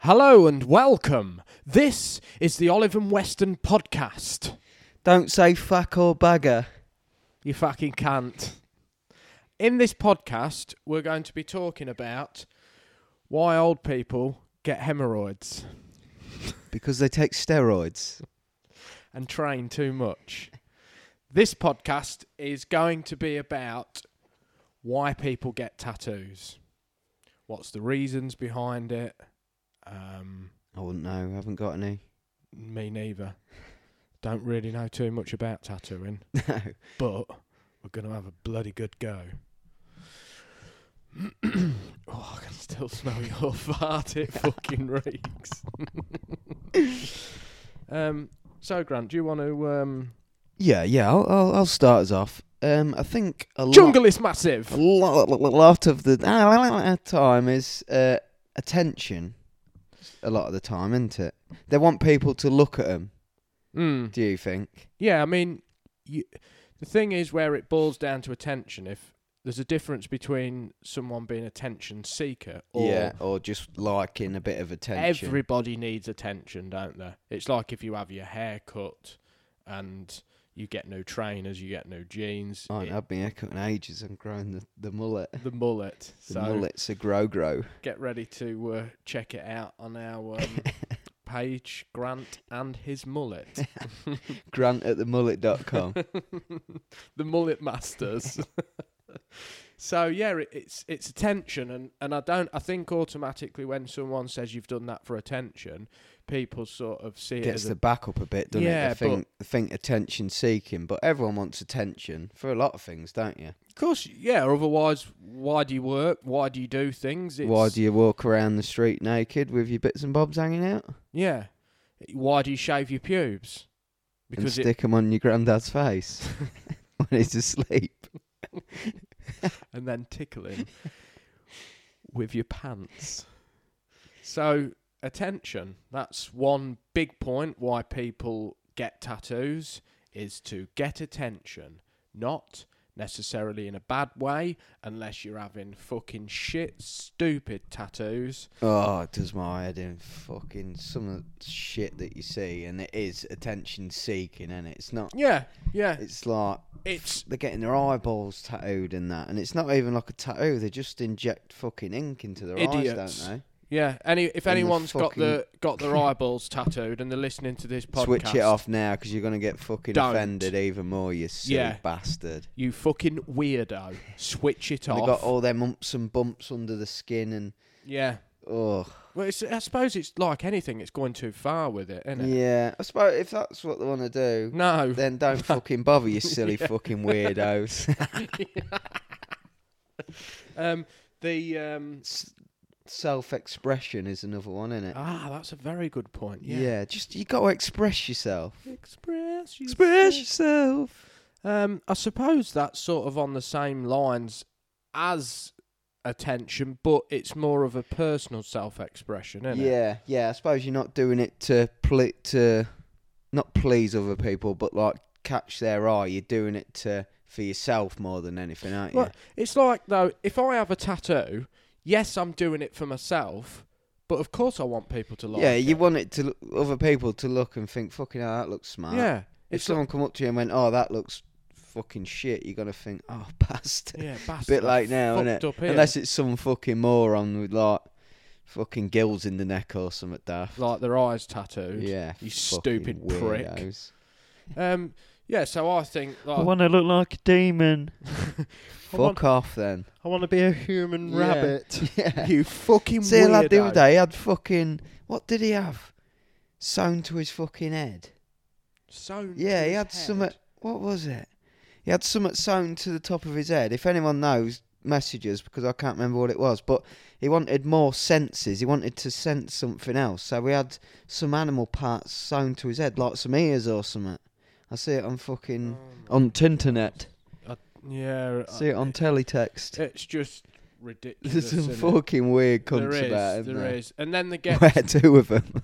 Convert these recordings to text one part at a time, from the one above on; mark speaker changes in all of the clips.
Speaker 1: Hello and welcome. This is the Olive and Weston podcast.
Speaker 2: Don't say fuck or bugger.
Speaker 1: You fucking can't. In this podcast, we're going to be talking about why old people get hemorrhoids
Speaker 2: Because they take steroids.
Speaker 1: and train too much. This podcast is going to be about why people get tattoos. What's the reasons behind it? Um,
Speaker 2: I wouldn't know. I haven't got any.
Speaker 1: me neither. Don't really know too much about tattooing.
Speaker 2: No.
Speaker 1: but we're going to have a bloody good go. oh, I can still smell your fart. It fucking reeks. um, so, Grant, do you want to um,
Speaker 2: Yeah, yeah. I'll, I'll, I'll start us off. Um, I think a
Speaker 1: jungle is
Speaker 2: lot, a
Speaker 1: massive?
Speaker 2: lo- lo- lo- lot of the time is uh, attention. A lot of the time, isn't it? They want people to look at them.
Speaker 1: Mm.
Speaker 2: Do you think?
Speaker 1: Yeah, I mean, you, the thing is where it boils down to attention. If there's a difference between someone being attention seeker or
Speaker 2: yeah, or just liking a bit of attention.
Speaker 1: Everybody needs attention, don't they? It's like if you have your hair cut and you get new trainers, you get new jeans,
Speaker 2: I
Speaker 1: it-
Speaker 2: haven't had my haircut in ages and grown the, the mullet.
Speaker 1: the mullet.
Speaker 2: The
Speaker 1: so
Speaker 2: mullet's a grow grow.
Speaker 1: get ready to uh, check it out on our um, page, Grant and his mullet.
Speaker 2: Grant at the mullet.com.
Speaker 1: the mullet masters. so yeah, it, it's it's attention, and and I don't. I think automatically when someone says you've done that for attention, people sort of see it
Speaker 2: gets
Speaker 1: as a
Speaker 2: the back up a bit, doesn't
Speaker 1: Yeah,
Speaker 2: it? I
Speaker 1: but-
Speaker 2: think, I think attention seeking, but everyone wants attention for a lot of things, don't you?
Speaker 1: Of course, yeah. Otherwise, why do you work? Why do you do things? It's,
Speaker 2: Why do you walk around the street naked with your bits and bobs hanging out
Speaker 1: yeah? Why do you shave your pubes?
Speaker 2: and
Speaker 1: Because it,
Speaker 2: stick 'em on your granddad's face when he's asleep?
Speaker 1: and then tickling with your pants. So attention. That's one big point why people get tattoos is to get attention, not necessarily in a bad way, unless you're having fucking shit, stupid tattoos.
Speaker 2: Oh, it does my head in fucking some of the shit that you see, and it is attention seeking, and it's not.
Speaker 1: Yeah, yeah.
Speaker 2: It's like
Speaker 1: It's
Speaker 2: they're getting their eyeballs tattooed and that, and it's not even like a tattoo. They just inject fucking ink into their eyes,
Speaker 1: Idiots.
Speaker 2: don't they?
Speaker 1: Yeah, any if
Speaker 2: In the
Speaker 1: anyone's got
Speaker 2: fucking-
Speaker 1: the got their eyeballs tattooed and they're listening to this podcast,
Speaker 2: Switch it off now because you're going to get fucking
Speaker 1: Don't.
Speaker 2: offended even more, you silly
Speaker 1: Yeah.
Speaker 2: bastard.
Speaker 1: You fucking weirdo. Switch it
Speaker 2: And
Speaker 1: off.
Speaker 2: they got all them umps and bumps under the skin and,
Speaker 1: yeah.
Speaker 2: oh.
Speaker 1: Well, it's, I suppose it's like anything. It's going too far with it, isn't it?
Speaker 2: Yeah. I suppose if that's what they want to do,
Speaker 1: No.
Speaker 2: then don't fucking bother, you silly fucking weirdos.
Speaker 1: Um. The um.
Speaker 2: Self expression is another one, isn't it?
Speaker 1: Ah, that's a very good point.
Speaker 2: yeah.
Speaker 1: Yeah.
Speaker 2: just you got to express yourself.
Speaker 1: Express. yourself.
Speaker 2: yourself.
Speaker 1: Um. I suppose that's sort of on the same lines as attention, but it's more of a personal self-expression, isn't it?
Speaker 2: Yeah, yeah. I suppose you're not doing it to ple- to not please other people, but like catch their eye. You're doing it to for yourself more than anything, aren't you?
Speaker 1: Well, it's like though, if I have a tattoo, yes, I'm doing it for myself, but of course I want people to like.
Speaker 2: yeah,
Speaker 1: it.
Speaker 2: you want it to look, other people to look and think, "Fucking hell, that looks smart."
Speaker 1: Yeah,
Speaker 2: If
Speaker 1: it's like,
Speaker 2: someone come up to you and went, "Oh, that looks fucking shit," you're gonna think, "Oh, bastard."
Speaker 1: yeah, bastard,
Speaker 2: Bit like now,
Speaker 1: fucked
Speaker 2: isn't it?
Speaker 1: Up here.
Speaker 2: Unless it's some fucking moron with like fucking gills in the neck or something daft.
Speaker 1: like their eyes tattooed.
Speaker 2: yeah,
Speaker 1: you
Speaker 2: fucking
Speaker 1: stupid prick.
Speaker 2: weirdos.
Speaker 1: Um, yeah. So I think like,
Speaker 3: I want to look like a demon.
Speaker 1: I want-
Speaker 2: Fuck off then.
Speaker 1: I want to be a human
Speaker 2: Yeah.
Speaker 1: rabbit.
Speaker 2: Yeah.
Speaker 1: You fucking
Speaker 2: See a lad the other
Speaker 1: weirdo.
Speaker 2: day, he had fucking what did he have? Sewn to his fucking head.
Speaker 1: So Oh
Speaker 2: Yeah, he had
Speaker 1: head.
Speaker 2: some what was it? He had something sewn to the top of his head. If anyone knows, messages because I can't remember what it was. But he wanted more senses. He wanted to sense something else. So we had some animal parts sewn to his head, like some ears or something. I see it on fucking
Speaker 1: Oh
Speaker 2: on Tinternet.
Speaker 1: my- I- Oh, yeah. I-
Speaker 2: See it on teletext.
Speaker 1: It's just
Speaker 2: There's
Speaker 1: ridiculous.
Speaker 2: some
Speaker 1: isn't it?
Speaker 2: fucking weird
Speaker 1: There
Speaker 2: cunts
Speaker 1: is,
Speaker 2: about him.
Speaker 1: there is, and then they get
Speaker 2: Where two of them.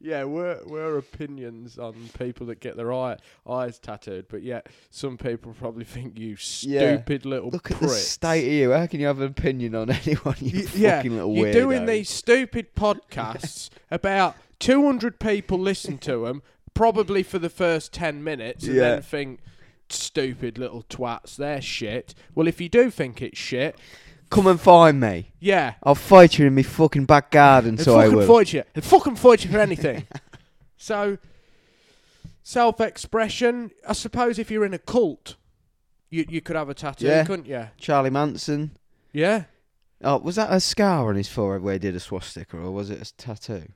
Speaker 1: yeah, we're we're opinions on people that get their eye, eyes tattooed, but yet some people probably think you
Speaker 2: Yeah.
Speaker 1: stupid little
Speaker 2: Look at
Speaker 1: prick.
Speaker 2: the state of you. How can you have an opinion on anyone? You
Speaker 1: Y- yeah,
Speaker 2: fucking little
Speaker 1: You're
Speaker 2: weirdo.
Speaker 1: doing these stupid podcasts. about 200 people listen to them, probably for the first 10 minutes, and
Speaker 2: Yeah.
Speaker 1: then think, stupid little twats, they're shit. Well, if you do think it's shit,
Speaker 2: Come and find me.
Speaker 1: yeah.
Speaker 2: I'll fight you in my fucking back garden.
Speaker 1: They'd
Speaker 2: So I
Speaker 1: fucking
Speaker 2: will.
Speaker 1: fight you. They'd fucking fight you for anything. so, self expression. I suppose if you're in a cult, you, you could have a tattoo,
Speaker 2: Yeah.
Speaker 1: couldn't you?
Speaker 2: Charlie Manson.
Speaker 1: Yeah.
Speaker 2: Oh, was that a scar on his forehead where he did a swastika, or was it a tattoo?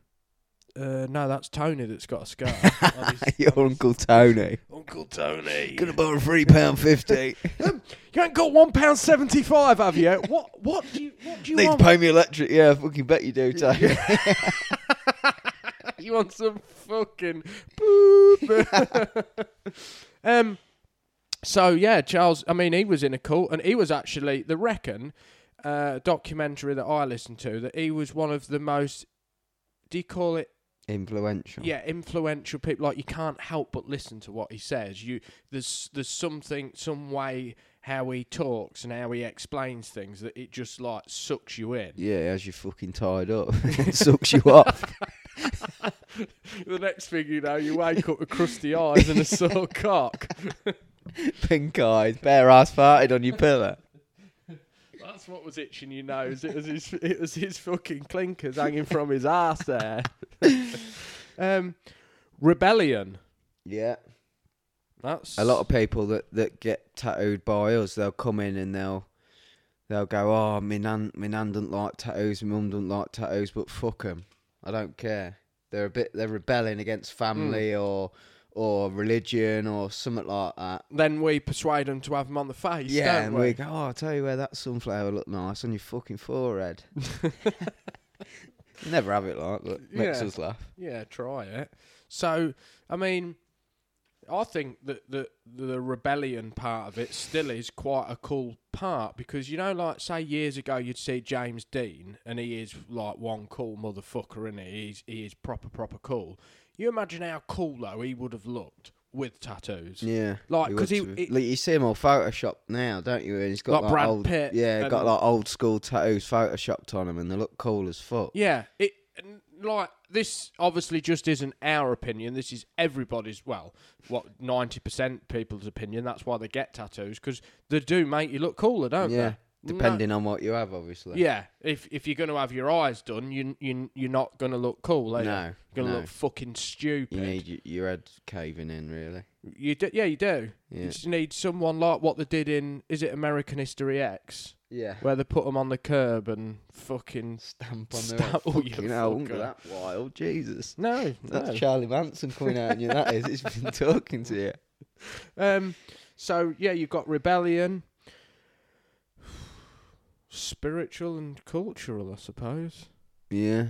Speaker 1: Uh, no, that's Tony that's got a scar. on his-
Speaker 2: Your
Speaker 1: on his-
Speaker 2: uncle Tony.
Speaker 1: Uncle Tony.
Speaker 2: Gonna borrow three pound fifty.
Speaker 1: You ain't got one pound seventy five, have you? What what do you what do you
Speaker 2: Need to
Speaker 1: want?
Speaker 2: pay me electric. Yeah, I fucking bet you do, Tony.
Speaker 1: you want some fucking boop. um so yeah, Charles I mean he was in a cult and he was actually the reckon uh documentary that I listened to that he was one of the most do you call it
Speaker 2: Influential.
Speaker 1: yeah influential people like you can't help but listen to what he says you there's there's something some way how he talks and how he explains things that it just like sucks you in
Speaker 2: Yeah, as you fucking tied up, it sucks you off.
Speaker 1: the next thing you know you wake up with crusty eyes and a sore cock
Speaker 2: Pink eyes, bare ass farted on your pillow.
Speaker 1: that's what was itching your nose it was his it was his fucking clinkers hanging from his ass there um rebellion
Speaker 2: Yeah.
Speaker 1: that's
Speaker 2: a lot of people that, that get tattooed by us, they'll come in and they'll they'll go, oh, my nan, my nan doesn't like tattoos, my mum doesn't like tattoos, but fuck 'em. I don't care. They're a bit, they're rebelling against family or or religion or something like that.
Speaker 1: then we persuade them to have him on the face
Speaker 2: yeah,
Speaker 1: don't
Speaker 2: and we go, oh, I'll tell you where that sunflower looked nice on your fucking forehead. Never have it like that. Makes
Speaker 1: Yeah.
Speaker 2: us laugh.
Speaker 1: Yeah, try it. So, I mean, I think that the the rebellion part of it still is quite a cool part because you know, like say years ago, you'd see James Dean, and he is like one cool motherfucker, and he? He's, he is proper proper cool. You imagine how cool though he would have looked with tattoos.
Speaker 2: Yeah,
Speaker 1: Like,
Speaker 2: we
Speaker 1: 'cause
Speaker 2: would
Speaker 1: he-
Speaker 2: too.
Speaker 1: it-
Speaker 2: like, you see him on Photoshop now, don't you? And he's got
Speaker 1: Like
Speaker 2: like,
Speaker 1: Brad
Speaker 2: old,
Speaker 1: Pitt
Speaker 2: yeah,
Speaker 1: and-
Speaker 2: got like old school tattoos photoshopped on him, and they look cool as fuck.
Speaker 1: Yeah, it n- like this obviously just isn't our opinion. This is everybody's. Well, what ninety percent people's opinion. That's why they get tattoos because they do make you look cooler, don't
Speaker 2: Yeah,
Speaker 1: they? No-
Speaker 2: depending on what you have, obviously.
Speaker 1: Yeah, if if you're going to have your eyes done, you you you're not going to look cool. Are you?
Speaker 2: No,
Speaker 1: are going to
Speaker 2: no.
Speaker 1: look fucking
Speaker 2: you
Speaker 1: stupid.
Speaker 2: need y- your head caving in, really.
Speaker 1: You do, yeah, you do.
Speaker 2: Yeah,
Speaker 1: You just need someone like what they did in is it American History X
Speaker 2: yeah.
Speaker 1: where they put them on the curb and fucking
Speaker 2: Stamp
Speaker 1: on
Speaker 2: on
Speaker 1: their
Speaker 2: the
Speaker 1: head.
Speaker 2: head.
Speaker 1: Oh, you
Speaker 2: Fucking hell, wasn't
Speaker 1: fucker.
Speaker 2: that wild, Jesus.
Speaker 1: no,
Speaker 2: That's
Speaker 1: no.
Speaker 2: Charlie Manson coming out, and you that is. It's been talking to you.
Speaker 1: Um, so yeah, you've got rebellion, spiritual and cultural, I suppose.
Speaker 2: Yeah,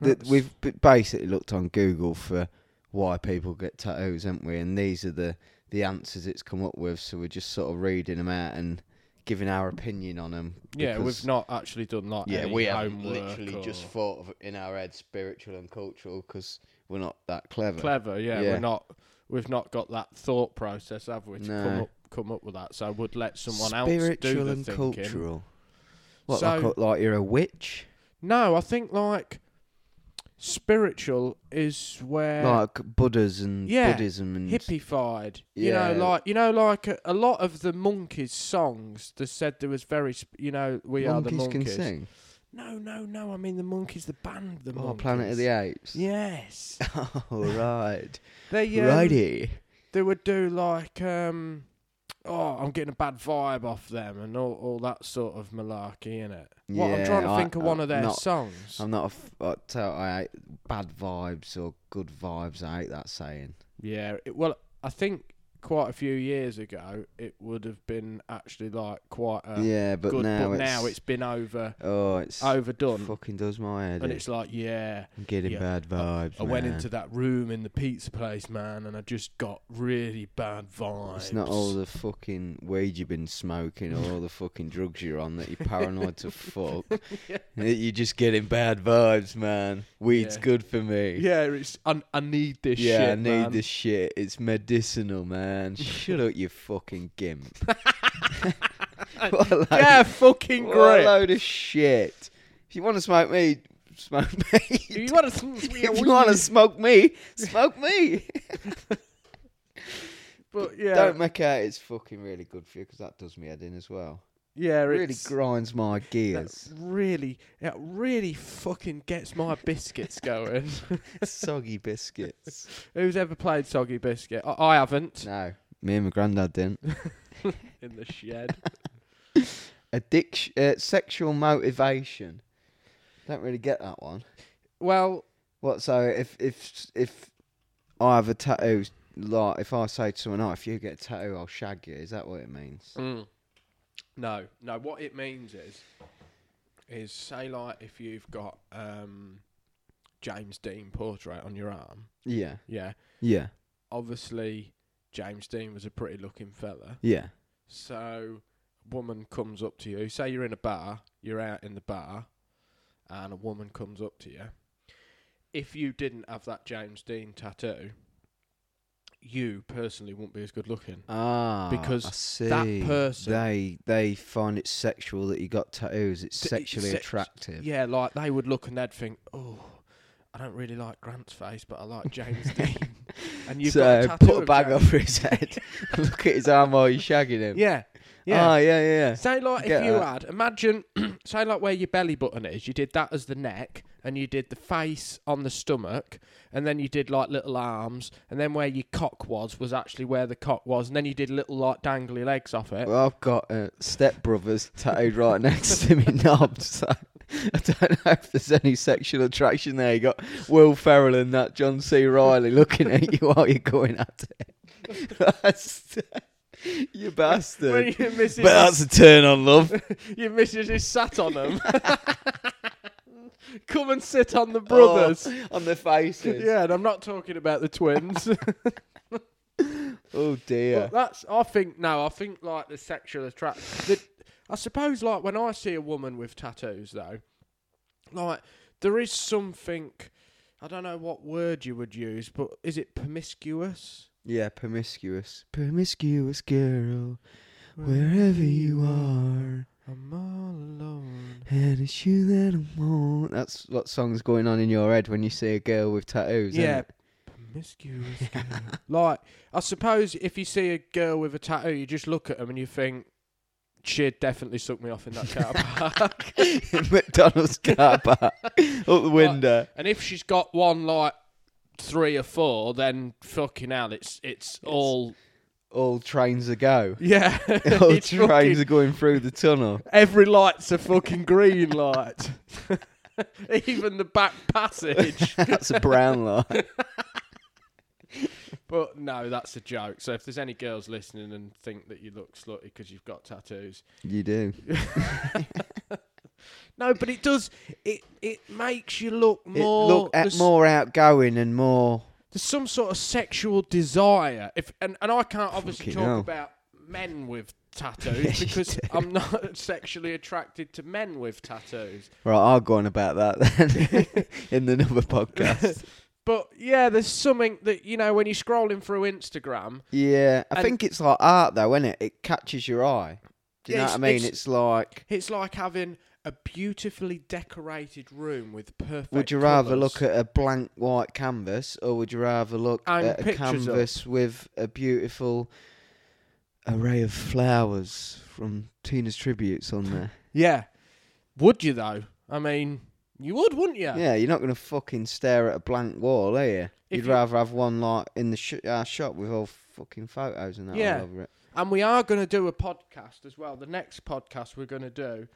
Speaker 2: that
Speaker 1: That's-
Speaker 2: we've b- basically looked on Google for why people get tattoos, haven't we? And these are the the answers it's come up with. So we're just sort of reading them out and giving our opinion on them.
Speaker 1: yeah, we've not actually done like
Speaker 2: Yeah,
Speaker 1: any
Speaker 2: we have
Speaker 1: homework
Speaker 2: literally
Speaker 1: or-
Speaker 2: just thought of in our head spiritual and cultural because we're not that clever.
Speaker 1: clever. Yeah,
Speaker 2: Yeah.
Speaker 1: we're not. We've not got that thought process, have we? To come
Speaker 2: No.
Speaker 1: up come up with that. So I would let someone else
Speaker 2: spiritual
Speaker 1: do the
Speaker 2: and
Speaker 1: thinking.
Speaker 2: cultural. What
Speaker 1: So-
Speaker 2: like, like you're a witch?
Speaker 1: No, I think like spiritual is where
Speaker 2: like Buddhas and
Speaker 1: yeah,
Speaker 2: Buddhism and
Speaker 1: hippified. You
Speaker 2: Mm. Yeah.
Speaker 1: know, like you know, like uh, a, a lot of the monkeys' songs. They said there was very, sp- you know, we are the monkeys.
Speaker 2: can sing.
Speaker 1: No, no, no. I mean the monkeys, the band, the
Speaker 2: Oh,
Speaker 1: monkeys.
Speaker 2: Planet of the Apes.
Speaker 1: Yes,
Speaker 2: All right.
Speaker 1: they um,
Speaker 2: Righty.
Speaker 1: they would do like um, oh, I'm getting a bad vibe off them and all, all that sort of malarkey in it. What I'm
Speaker 2: Yeah,
Speaker 1: trying to
Speaker 2: I-
Speaker 1: think of one
Speaker 2: I'm
Speaker 1: of their
Speaker 2: not-
Speaker 1: songs.
Speaker 2: I'm not. a f- I tell I hate bad vibes or good vibes. I hate that saying.
Speaker 1: yeah, it, well, I think quite a few years ago, it would have been actually like quite a
Speaker 2: yeah, but
Speaker 1: Uh, good.
Speaker 2: now
Speaker 1: but
Speaker 2: it's,
Speaker 1: now it's been over
Speaker 2: oh, it's
Speaker 1: overdone,
Speaker 2: fucking does my head.
Speaker 1: and
Speaker 2: in.
Speaker 1: it's like yeah.
Speaker 2: I'm getting
Speaker 1: yeah,
Speaker 2: bad vibes.
Speaker 1: I went
Speaker 2: man.
Speaker 1: into that room in the pizza place, man, and I just got really bad vibes.
Speaker 2: It's not all the fucking weed you've been smoking or all the fucking drugs you're on that you're paranoid to fuck. You're just getting bad vibes, man. Weed's
Speaker 1: Yeah.
Speaker 2: good for me.
Speaker 1: Yeah, it's I, I need this
Speaker 2: Yeah,
Speaker 1: shit.
Speaker 2: I need
Speaker 1: man.
Speaker 2: this shit. It's medicinal, man. Shut up, you fucking gimp. what a load,
Speaker 1: Yeah, fucking
Speaker 2: what a
Speaker 1: great.
Speaker 2: load of shit. If you want to smoke me, smoke me.
Speaker 1: You want to?
Speaker 2: if you want to smoke me, smoke me.
Speaker 1: but yeah,
Speaker 2: Don't make out it's fucking really good for you because that does me head in as well.
Speaker 1: yeah,
Speaker 2: really
Speaker 1: it's,
Speaker 2: grinds my
Speaker 1: that
Speaker 2: gears.
Speaker 1: really, that really fucking gets my biscuits going.
Speaker 2: Soggy biscuits.
Speaker 1: Who's ever played soggy biscuit? I, I haven't.
Speaker 2: No, me and my granddad didn't.
Speaker 1: In the shed.
Speaker 2: Addiction, uh, sexual motivation. Don't really get that one.
Speaker 1: well,
Speaker 2: What? So if if if I have a tattoo, like if I say to someone, "Oh, if you get a tattoo, I'll shag you," is that what it means?
Speaker 1: Mm. No, no. What it means is, is say like if you've got um, James Dean portrait on your arm,
Speaker 2: Yeah,
Speaker 1: yeah.
Speaker 2: yeah,
Speaker 1: Obviously, James Dean was a pretty looking fella.
Speaker 2: yeah,
Speaker 1: So, a woman comes up to you. Say you're in a bar, you're out in the bar, and a woman comes up to you. If you didn't have that James Dean tattoo, you personally wouldn't be as good looking.
Speaker 2: ah,
Speaker 1: Because
Speaker 2: I
Speaker 1: that
Speaker 2: see.
Speaker 1: person-
Speaker 2: they they find it sexual that you got tattoos. It's
Speaker 1: T- it's
Speaker 2: sexually
Speaker 1: sex-
Speaker 2: attractive.
Speaker 1: Yeah, like they would look and they'd think, oh, I don't really like Grant's face, but I like James Dean. And you've got a
Speaker 2: so
Speaker 1: tattoo
Speaker 2: put a
Speaker 1: of
Speaker 2: bag
Speaker 1: James-
Speaker 2: over his head. Look at his arm while you're shagging him.
Speaker 1: Yeah,
Speaker 2: Ah,
Speaker 1: yeah.
Speaker 2: yeah, yeah.
Speaker 1: say like if
Speaker 2: get
Speaker 1: you
Speaker 2: that.
Speaker 1: had, imagine, say like where your belly button is, you did that as the neck, and you did the face on the stomach, and then you did like little arms, and then where your cock was was actually where the cock was, and then you did little like dangly legs off it.
Speaker 2: Well, I've got uh, stepbrothers tattooed right next to me knobs. So I don't know if there's any sexual attraction there. You got Will Ferrell and that John C. Riley looking at you while you're going at it. That's, you
Speaker 1: when
Speaker 2: bastard.
Speaker 1: your missus,
Speaker 2: But that's a turn on, love.
Speaker 1: your missus is sat on them. Come and sit on the brothers.
Speaker 2: Oh, on their faces.
Speaker 1: Yeah, and I'm not talking about the twins.
Speaker 2: Oh dear.
Speaker 1: But that's I think no, I think like the sexual attraction. The, I suppose like when I see a woman with tattoos though, like there is something. I don't know what word you would use, but is it promiscuous?
Speaker 2: Yeah, promiscuous. Promiscuous girl, wherever you are.
Speaker 1: I'm all alone.
Speaker 2: And it's you that I want. That's what song's going on in your head when you see a girl with tattoos. isn't
Speaker 1: Yeah,
Speaker 2: it?
Speaker 1: promiscuous. girl. like I suppose if you see a girl with a tattoo, you just look at them and you think. She'd definitely suck me off in that car park.
Speaker 2: McDonald's car park up the window.
Speaker 1: And if she's got one like three or four, then fucking hell, it's it's, all
Speaker 2: All trains are go.
Speaker 1: yeah.
Speaker 2: All
Speaker 1: it's
Speaker 2: trains
Speaker 1: fucking-
Speaker 2: are going through the tunnel.
Speaker 1: every light's a fucking green light. Even the back passage.
Speaker 2: That's a brown light.
Speaker 1: but no, that's a joke. So if there's any girls listening and think that you look slutty because you've got tattoos,
Speaker 2: You do.
Speaker 1: no, but it does. It it makes you look
Speaker 2: It
Speaker 1: more
Speaker 2: look at
Speaker 1: there's-
Speaker 2: more outgoing and more.
Speaker 1: there's some sort of sexual desire. If and, and I can't obviously
Speaker 2: Fucking
Speaker 1: talk
Speaker 2: hell.
Speaker 1: about men with
Speaker 2: Yeah,
Speaker 1: tattoos
Speaker 2: you
Speaker 1: because
Speaker 2: do.
Speaker 1: I'm not sexually attracted to men with tattoos.
Speaker 2: Right, I'll go on about that then in another podcast.
Speaker 1: But yeah, there's something that you know when you're scrolling through Instagram.
Speaker 2: Yeah, I
Speaker 1: And-
Speaker 2: think it's like art though, isn't it? It catches your eye. Do you
Speaker 1: Yeah,
Speaker 2: know what I
Speaker 1: it's- it's-
Speaker 2: mean? it's like.
Speaker 1: It's like having a beautifully decorated room with perfect.
Speaker 2: Would you rather
Speaker 1: colours.
Speaker 2: look at a blank white canvas, or would you rather look
Speaker 1: And
Speaker 2: at a
Speaker 1: pictures up.
Speaker 2: canvas with a beautiful array of flowers from Tina's tributes on there?
Speaker 1: Yeah. Would you though? I mean, you would, wouldn't you?
Speaker 2: yeah, you're not going to fucking stare at a blank wall, are you?
Speaker 1: If
Speaker 2: You'd
Speaker 1: you-
Speaker 2: rather have one like in the sh- our shop with all fucking photos and that
Speaker 1: Yeah.
Speaker 2: all over it.
Speaker 1: And we are going to do a podcast as well. The next podcast we're going to do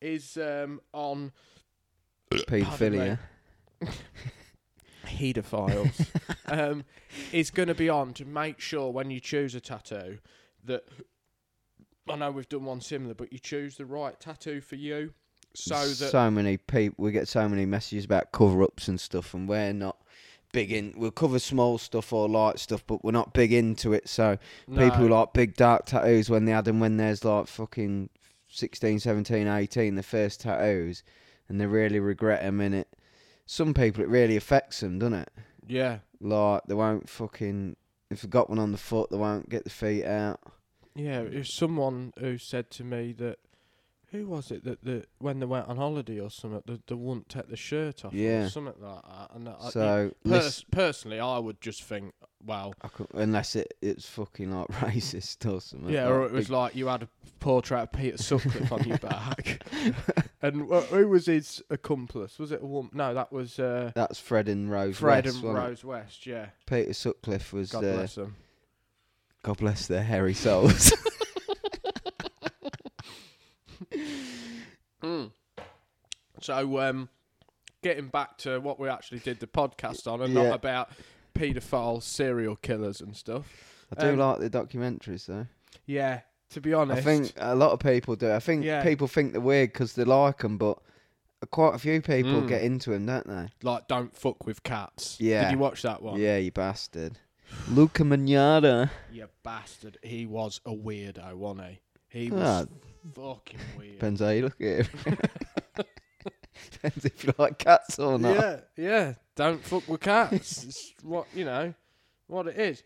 Speaker 1: is um, on
Speaker 2: Paedophilia.
Speaker 1: paedophiles um, is going to be on to make sure when you choose a tattoo that I know we've done one similar, but you choose the right tattoo for you. So that
Speaker 2: so many people we get so many messages about cover ups and stuff, and we're not big in. We'll cover small stuff or light stuff, but we're not big into it. So people
Speaker 1: No.
Speaker 2: like big dark tattoos when they had them when there's like fucking 16, 17, 18, the first tattoos, and they really regret them in it. Some people it really affects them, doesn't it?
Speaker 1: yeah,
Speaker 2: Like they won't fucking if they got one on the foot, they won't get the feet out.
Speaker 1: yeah. It was someone who said to me that who was it that the when they went on holiday or something, that they wouldn't take the shirt off
Speaker 2: Yeah.
Speaker 1: or something like that. And I,
Speaker 2: so
Speaker 1: pers- personally, I would just think, well,
Speaker 2: I could, unless it, it's fucking like racist or something.
Speaker 1: Yeah,
Speaker 2: like
Speaker 1: or it was
Speaker 2: big-
Speaker 1: like you had a portrait of Peter Sutcliffe on your back. And wh- who was his accomplice? Was it a woman? No, that was uh,
Speaker 2: That's Fred and Rose.
Speaker 1: Fred
Speaker 2: West,
Speaker 1: and
Speaker 2: wasn't it?
Speaker 1: Rose West. Yeah,
Speaker 2: Peter Sutcliffe was.
Speaker 1: God
Speaker 2: uh,
Speaker 1: bless them.
Speaker 2: God bless their hairy souls.
Speaker 1: Mm. So, um, getting back to what we actually did the podcast on, and
Speaker 2: Yeah.
Speaker 1: not about paedophile serial killers and stuff.
Speaker 2: I do
Speaker 1: Um,
Speaker 2: like the documentaries though.
Speaker 1: Yeah, to be honest,
Speaker 2: I think a lot of people do. I think
Speaker 1: Yeah.
Speaker 2: people think they're weird because they like them, but quite a few people
Speaker 1: Mm.
Speaker 2: get into them, don't they?
Speaker 1: like don't fuck with cats.
Speaker 2: Yeah.
Speaker 1: did you watch that one?
Speaker 2: Yeah, you bastard. Luca Magnata.
Speaker 1: you bastard. He was a weirdo, wasn't he? He
Speaker 2: Ah,
Speaker 1: was fucking weird.
Speaker 2: depends how you look at it. depends if you like cats or not.
Speaker 1: Yeah, yeah. Don't fuck with cats. it's what you know, what it is.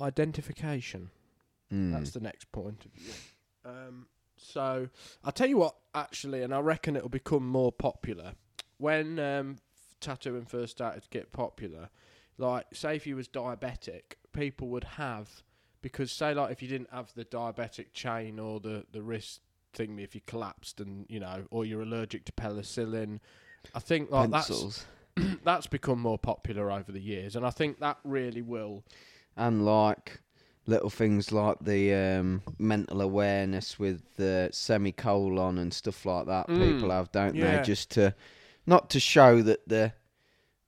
Speaker 1: Identification.
Speaker 2: Mm.
Speaker 1: That's the next point of view. Um, so I'll tell you what, actually, and I reckon it'll become more popular when um, tattooing first started to get popular. Like, say if you was diabetic, people would have because say like if you didn't have the diabetic chain or the the wrist thing, if you collapsed and you know, or you're allergic to penicillin. I think like that's
Speaker 2: Pencils
Speaker 1: that's become more popular over the years, and I think that really will.
Speaker 2: and like little things like the um, mental awareness with the semicolon and stuff like that.
Speaker 1: Mm.
Speaker 2: People have, don't
Speaker 1: Yeah.
Speaker 2: they? Just to not to show that they're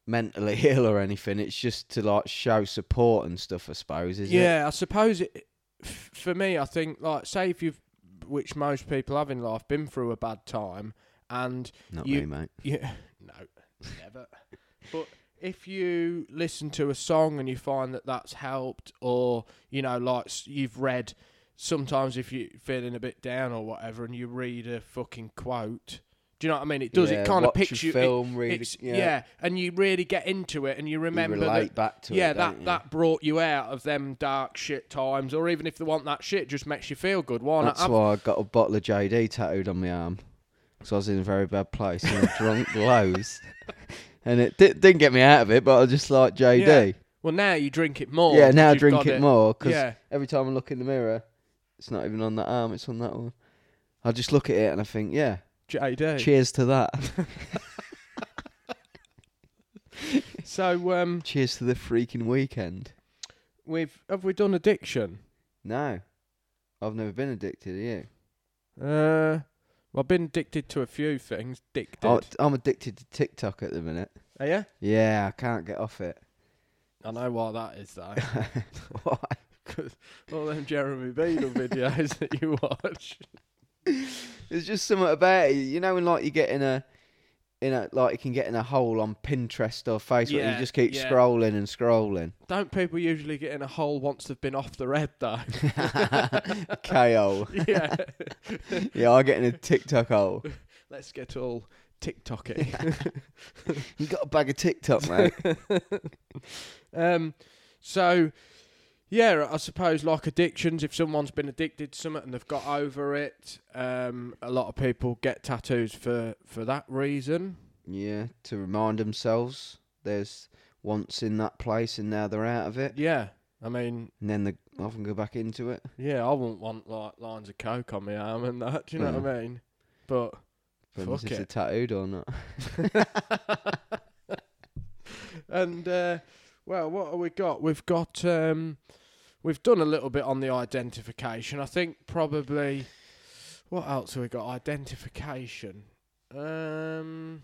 Speaker 2: mentally ill or anything. It's just to like show support and stuff. I suppose is it?
Speaker 1: yeah, I suppose it. f- For me, I think like say if you've, which most people have in life, been through a bad time, and
Speaker 2: Not
Speaker 1: You-
Speaker 2: me, mate.
Speaker 1: you no, never. but if you listen to a song and you find that that's helped, or you know, like s- you've read, sometimes if you're feeling a bit down or whatever, and you read a fucking quote. Do you know what I mean? It does.
Speaker 2: Yeah,
Speaker 1: it kind of
Speaker 2: watch a
Speaker 1: picks you. it-
Speaker 2: film, read a-
Speaker 1: it's-
Speaker 2: yeah.
Speaker 1: yeah. and you really get into it, and you remember
Speaker 2: you
Speaker 1: that
Speaker 2: relate back to
Speaker 1: yeah,
Speaker 2: it.
Speaker 1: that
Speaker 2: don't you?
Speaker 1: that brought you out of them dark shit times, or even if they want that shit, just makes you feel good. Why
Speaker 2: That's
Speaker 1: not? have-
Speaker 2: why I got a bottle of JD tattooed on my arm. Because I was in a very bad place and I drunk loads. And it di- didn't get me out of it, but I just like JD.
Speaker 1: Well, now Oh, you drink it more.
Speaker 2: Yeah, now I
Speaker 1: you've
Speaker 2: drink
Speaker 1: got
Speaker 2: it, more 'cause more. Because
Speaker 1: Yeah,
Speaker 2: every time I look in the mirror, it's not even on that arm, it's on that one. I just look at it and I think, yeah,
Speaker 1: JD.
Speaker 2: cheers to that.
Speaker 1: So, um,
Speaker 2: cheers to the freaking weekend.
Speaker 1: we've have we done addiction?
Speaker 2: No, I've never been addicted, are you?
Speaker 1: Uh, well, I've been addicted to a few things. Addicted.
Speaker 2: I, I'm addicted to TikTok at the minute.
Speaker 1: Are you?
Speaker 2: Yeah, I can't get off it.
Speaker 1: I know why that is though.
Speaker 2: Why?
Speaker 1: Because all them Jeremy Beadle videos that you watch.
Speaker 2: There's just something about it. You know when like you get in a in a like you can get in a hole on Pinterest or Facebook and
Speaker 1: Yeah,
Speaker 2: you just keep
Speaker 1: yeah.
Speaker 2: scrolling and scrolling.
Speaker 1: Don't people usually get in a hole once they've been off the red though?
Speaker 2: KO.
Speaker 1: yeah.
Speaker 2: Yeah, I get in a TikTok hole.
Speaker 1: Let's get all TikToking.
Speaker 2: You got a bag of TikTok, mate.
Speaker 1: Um, so yeah, I suppose like addictions, if someone's been addicted to something and they've got over it, um, a lot of people get tattoos for for that reason.
Speaker 2: yeah, to remind themselves there's once in that place and now they're out of it.
Speaker 1: Yeah, I mean,
Speaker 2: And then they often go back into it.
Speaker 1: yeah, I wouldn't want like lines of coke on my arm and that. Do you know what I mean? But
Speaker 2: Depends
Speaker 1: Fuck
Speaker 2: if
Speaker 1: it.
Speaker 2: they're tattooed or not.
Speaker 1: and uh, well, what have we got? We've got um, we've done a little bit on the identification. I think probably what else have we got? Identification. Um,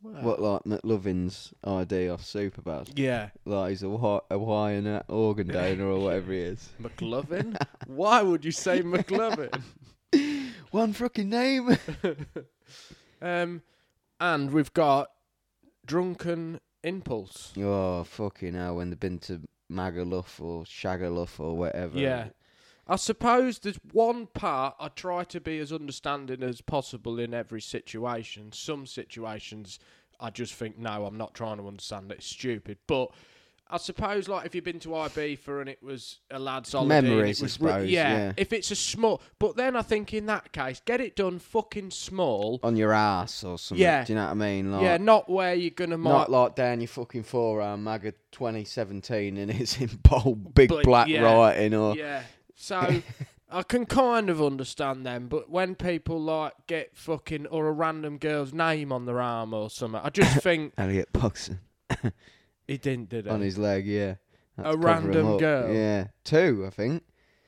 Speaker 1: what
Speaker 2: what like McLovin's idea of Superbad.
Speaker 1: Yeah,
Speaker 2: Like he's a Hawa- Hawaiian uh, organ donor or whatever he is.
Speaker 1: McLovin. Why would you say McLovin?
Speaker 2: One fucking name.
Speaker 1: um, and we've got drunken impulse.
Speaker 2: oh fucking hell! When they've been to Magaluff or Shagaluff or whatever.
Speaker 1: Yeah. I suppose there's one part I try to be as understanding as possible in every situation. Some situations I just think, no, I'm not trying to understand it. It's stupid. But I suppose, like, if you've been to Ibiza and it was a lad's holiday, and
Speaker 2: Memories,
Speaker 1: it
Speaker 2: I
Speaker 1: was ru-
Speaker 2: suppose, yeah.
Speaker 1: If it's a small, but then I think in that case, get it done fucking small.
Speaker 2: On your ass or something.
Speaker 1: Yeah.
Speaker 2: Do you know what I mean? Like,
Speaker 1: yeah, not where you're gonna might
Speaker 2: Not like down your fucking forearm, MAGA 2017, and it's in bold, big
Speaker 1: But,
Speaker 2: black
Speaker 1: yeah.
Speaker 2: writing, or
Speaker 1: Yeah. So I can kind of understand them, but when people like get fucking or a random girl's name on their arm or something, I just think
Speaker 2: Elliot Buxton
Speaker 1: he didn't did
Speaker 2: on
Speaker 1: it.
Speaker 2: his leg, yeah.
Speaker 1: A
Speaker 2: That's cover him
Speaker 1: random
Speaker 2: up.
Speaker 1: girl.
Speaker 2: Yeah, two, I think.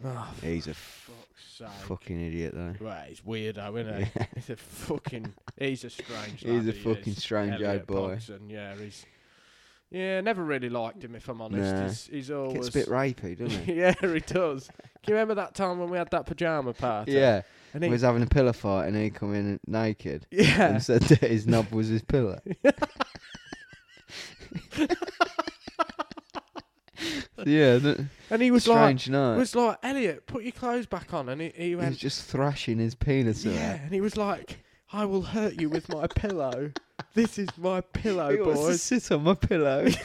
Speaker 1: Oh, for
Speaker 2: He's a f-
Speaker 1: fuck's sake.
Speaker 2: fucking idiot, though.
Speaker 1: Right, he's weirdo, isn't he? He's a fucking. He's a strange.
Speaker 2: He's a
Speaker 1: lad, he
Speaker 2: fucking
Speaker 1: is.
Speaker 2: strange
Speaker 1: Elliot
Speaker 2: old boy.
Speaker 1: Pogson, yeah, he's. Yeah, never really liked him if I'm honest.
Speaker 2: Nah.
Speaker 1: He's, he's always.
Speaker 2: Gets a bit rapey, doesn't he?
Speaker 1: yeah, he does. Can you remember that time when we had that pajama party?
Speaker 2: yeah,
Speaker 1: And
Speaker 2: he
Speaker 1: he,
Speaker 2: was having a pillow fight, and he come in naked
Speaker 1: yeah.
Speaker 2: and said that his knob was his pillow. yeah, th-
Speaker 1: And he was like,
Speaker 2: strange night.
Speaker 1: It was like Elliot, put your clothes back on, and he, he
Speaker 2: He was
Speaker 1: went,
Speaker 2: just thrashing his penis
Speaker 1: yeah,
Speaker 2: around.
Speaker 1: and he was like, I will hurt you with my pillow. This is my pillow,
Speaker 2: He wants to
Speaker 1: boys.
Speaker 2: sit on my pillow.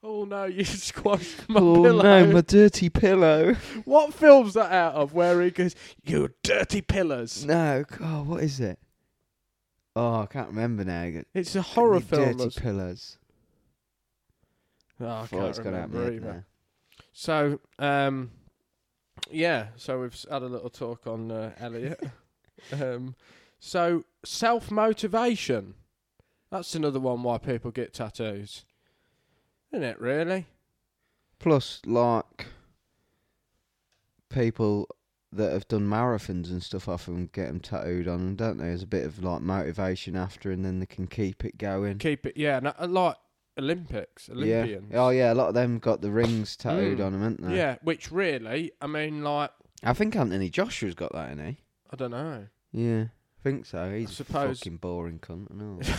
Speaker 1: Oh no, you squashed my
Speaker 2: oh
Speaker 1: pillow.
Speaker 2: no, my dirty pillow.
Speaker 1: What film's that out of? Where he goes, you dirty pillars.
Speaker 2: No, God, what is it? Oh, I can't remember now. He goes,
Speaker 1: It's a horror
Speaker 2: "Dirty
Speaker 1: film.
Speaker 2: Dirty
Speaker 1: that's-
Speaker 2: pillows.
Speaker 1: Oh, I
Speaker 2: Thought
Speaker 1: can't
Speaker 2: it's gone out my
Speaker 1: remember
Speaker 2: head
Speaker 1: either.
Speaker 2: now.
Speaker 1: So, um, yeah, so we've s- had a little talk on uh, Elliot. um, so, self motivation. That's another one why people get tattoos. Isn't it, really?
Speaker 2: Plus, like people that have done marathons and stuff often get them tattooed on them, don't they? There's a bit of like motivation after, and then they can keep it going.
Speaker 1: Keep it, yeah, and, uh, like Olympics,
Speaker 2: yeah.
Speaker 1: Olympians.
Speaker 2: Oh yeah, a lot of them got the rings tattooed
Speaker 1: Mm.
Speaker 2: on them, haven't they?
Speaker 1: Yeah, which really, I mean, like,
Speaker 2: I think Anthony Joshua's got that in, eh?
Speaker 1: I don't know.
Speaker 2: Yeah, I think so. He's a
Speaker 1: suppose-
Speaker 2: fucking boring cunt and all.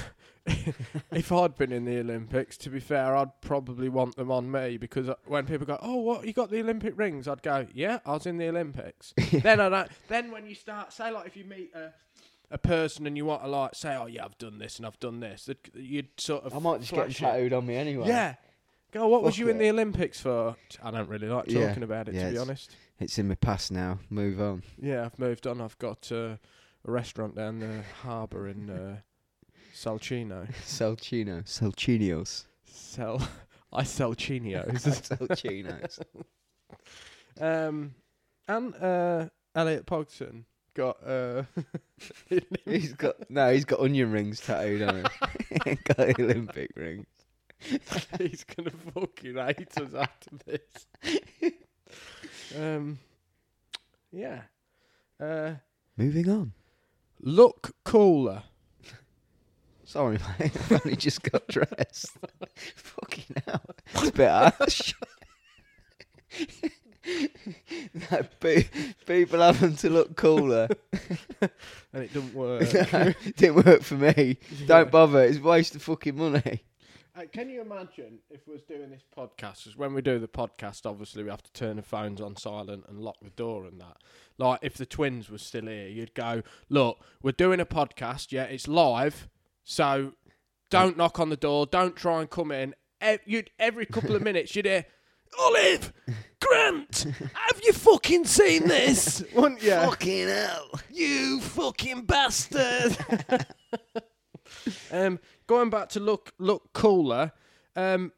Speaker 1: if I'd been in the Olympics, to be fair, I'd probably want them on me because uh, when people go, "Oh, what you got the Olympic rings?" I'd go, "Yeah, I was in the Olympics." then I don't. Then when you start, say like if you meet a a person and you want to like say, "Oh yeah, I've done this and I've done this," that you'd sort of.
Speaker 2: I might just get 'em
Speaker 1: flash it.
Speaker 2: tattooed on me anyway.
Speaker 1: Yeah. Go. What was
Speaker 2: Fuck
Speaker 1: you in
Speaker 2: it.
Speaker 1: the Olympics for? I don't really like talking
Speaker 2: Yeah.
Speaker 1: about it
Speaker 2: Yeah,
Speaker 1: to be
Speaker 2: it's-
Speaker 1: honest.
Speaker 2: It's in my past now. Move on.
Speaker 1: Yeah, I've moved on. I've got uh, a restaurant down the harbour in uh, Salcino.
Speaker 2: Salchino. Salchinos.
Speaker 1: Sell. I sell chinos.
Speaker 2: Salchinos.
Speaker 1: Um, and uh, Elliot Pogson got uh,
Speaker 2: he's got no, he's got onion rings tattooed on him. He ain't got Olympic rings.
Speaker 1: he's gonna fucking hate us after this. um, yeah. Uh,
Speaker 2: Moving on.
Speaker 1: look cooler.
Speaker 2: Sorry, mate. I've only just got dressed. Fucking hell. It's a bit harsh. no, pe- people have them to look cooler.
Speaker 1: And it doesn't work.
Speaker 2: Didn't work for me. Don't bother. It's a waste of fucking money.
Speaker 1: Uh, can you imagine if we was doing this podcast? 'cause when we do the podcast, obviously we have to turn the phones on silent and lock the door and that. Like if the twins were still here, you'd go, "Look, we're doing a podcast. Yeah, it's live, so don't knock on the door. Don't try and come in. E- you'd every couple of minutes you'd hear." Olive, Grant, have you fucking seen this? Wouldn't you?
Speaker 2: Fucking hell.
Speaker 1: You fucking bastard! um, going back to look look cooler. Um,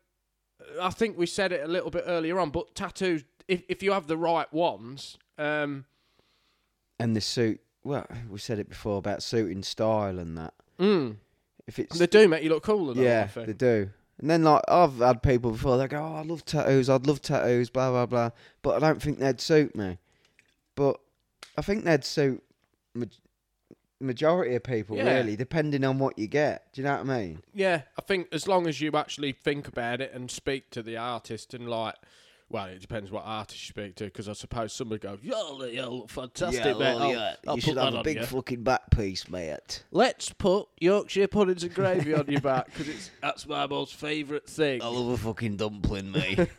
Speaker 1: I think we said it a little bit earlier on, but tattoos. If if you have the right ones, um,
Speaker 2: And the suit. Well, we said it before about suit and style and that.
Speaker 1: mm,
Speaker 2: If it's
Speaker 1: they do make you look cooler. Though,
Speaker 2: yeah,
Speaker 1: I think.
Speaker 2: they do. And then like I've had people before, they go, "Oh, I love tattoos. I'd love tattoos." Blah blah blah. But I don't think they'd suit me. But I think they'd suit maj- majority of people,
Speaker 1: Yeah.
Speaker 2: really, depending on what you get. Do you know what I mean?
Speaker 1: Yeah, I think as long as you actually think about it and speak to the artist and like, well, it depends what artist you speak to because I suppose somebody goes, "Yo, you look fantastic, mate. I'll, Oh, I'll
Speaker 2: You
Speaker 1: put
Speaker 2: should
Speaker 1: that
Speaker 2: have a
Speaker 1: on
Speaker 2: big
Speaker 1: you."
Speaker 2: fucking back piece, mate.
Speaker 1: Let's put Yorkshire puddings and gravy on your back because it's that's my most favourite thing.
Speaker 2: love a fucking dumpling, mate.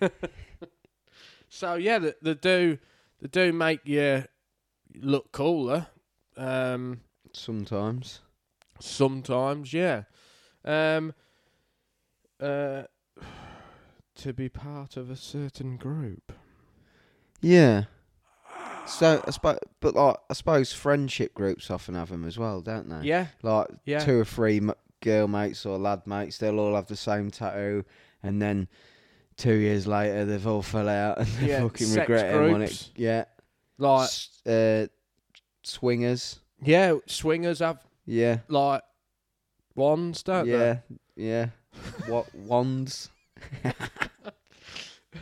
Speaker 1: So yeah, they, they do they do make you look cooler. Um,
Speaker 2: Sometimes.
Speaker 1: sometimes, yeah. Um, uh, to be part of a certain group.
Speaker 2: Yeah. So I suppose, but like I suppose friendship groups often have them as well, don't they?
Speaker 1: Yeah,
Speaker 2: Like
Speaker 1: yeah.
Speaker 2: two or three m- girl mates or lad mates, they'll all have the same tattoo, and then two years later they've all fell out and they
Speaker 1: Yeah,
Speaker 2: fucking
Speaker 1: sex
Speaker 2: regret it. when
Speaker 1: groups.
Speaker 2: it. Yeah.
Speaker 1: Like
Speaker 2: S- uh, swingers.
Speaker 1: yeah, swingers have
Speaker 2: Yeah.
Speaker 1: like wands, don't
Speaker 2: yeah. Yeah. what wands?
Speaker 1: they?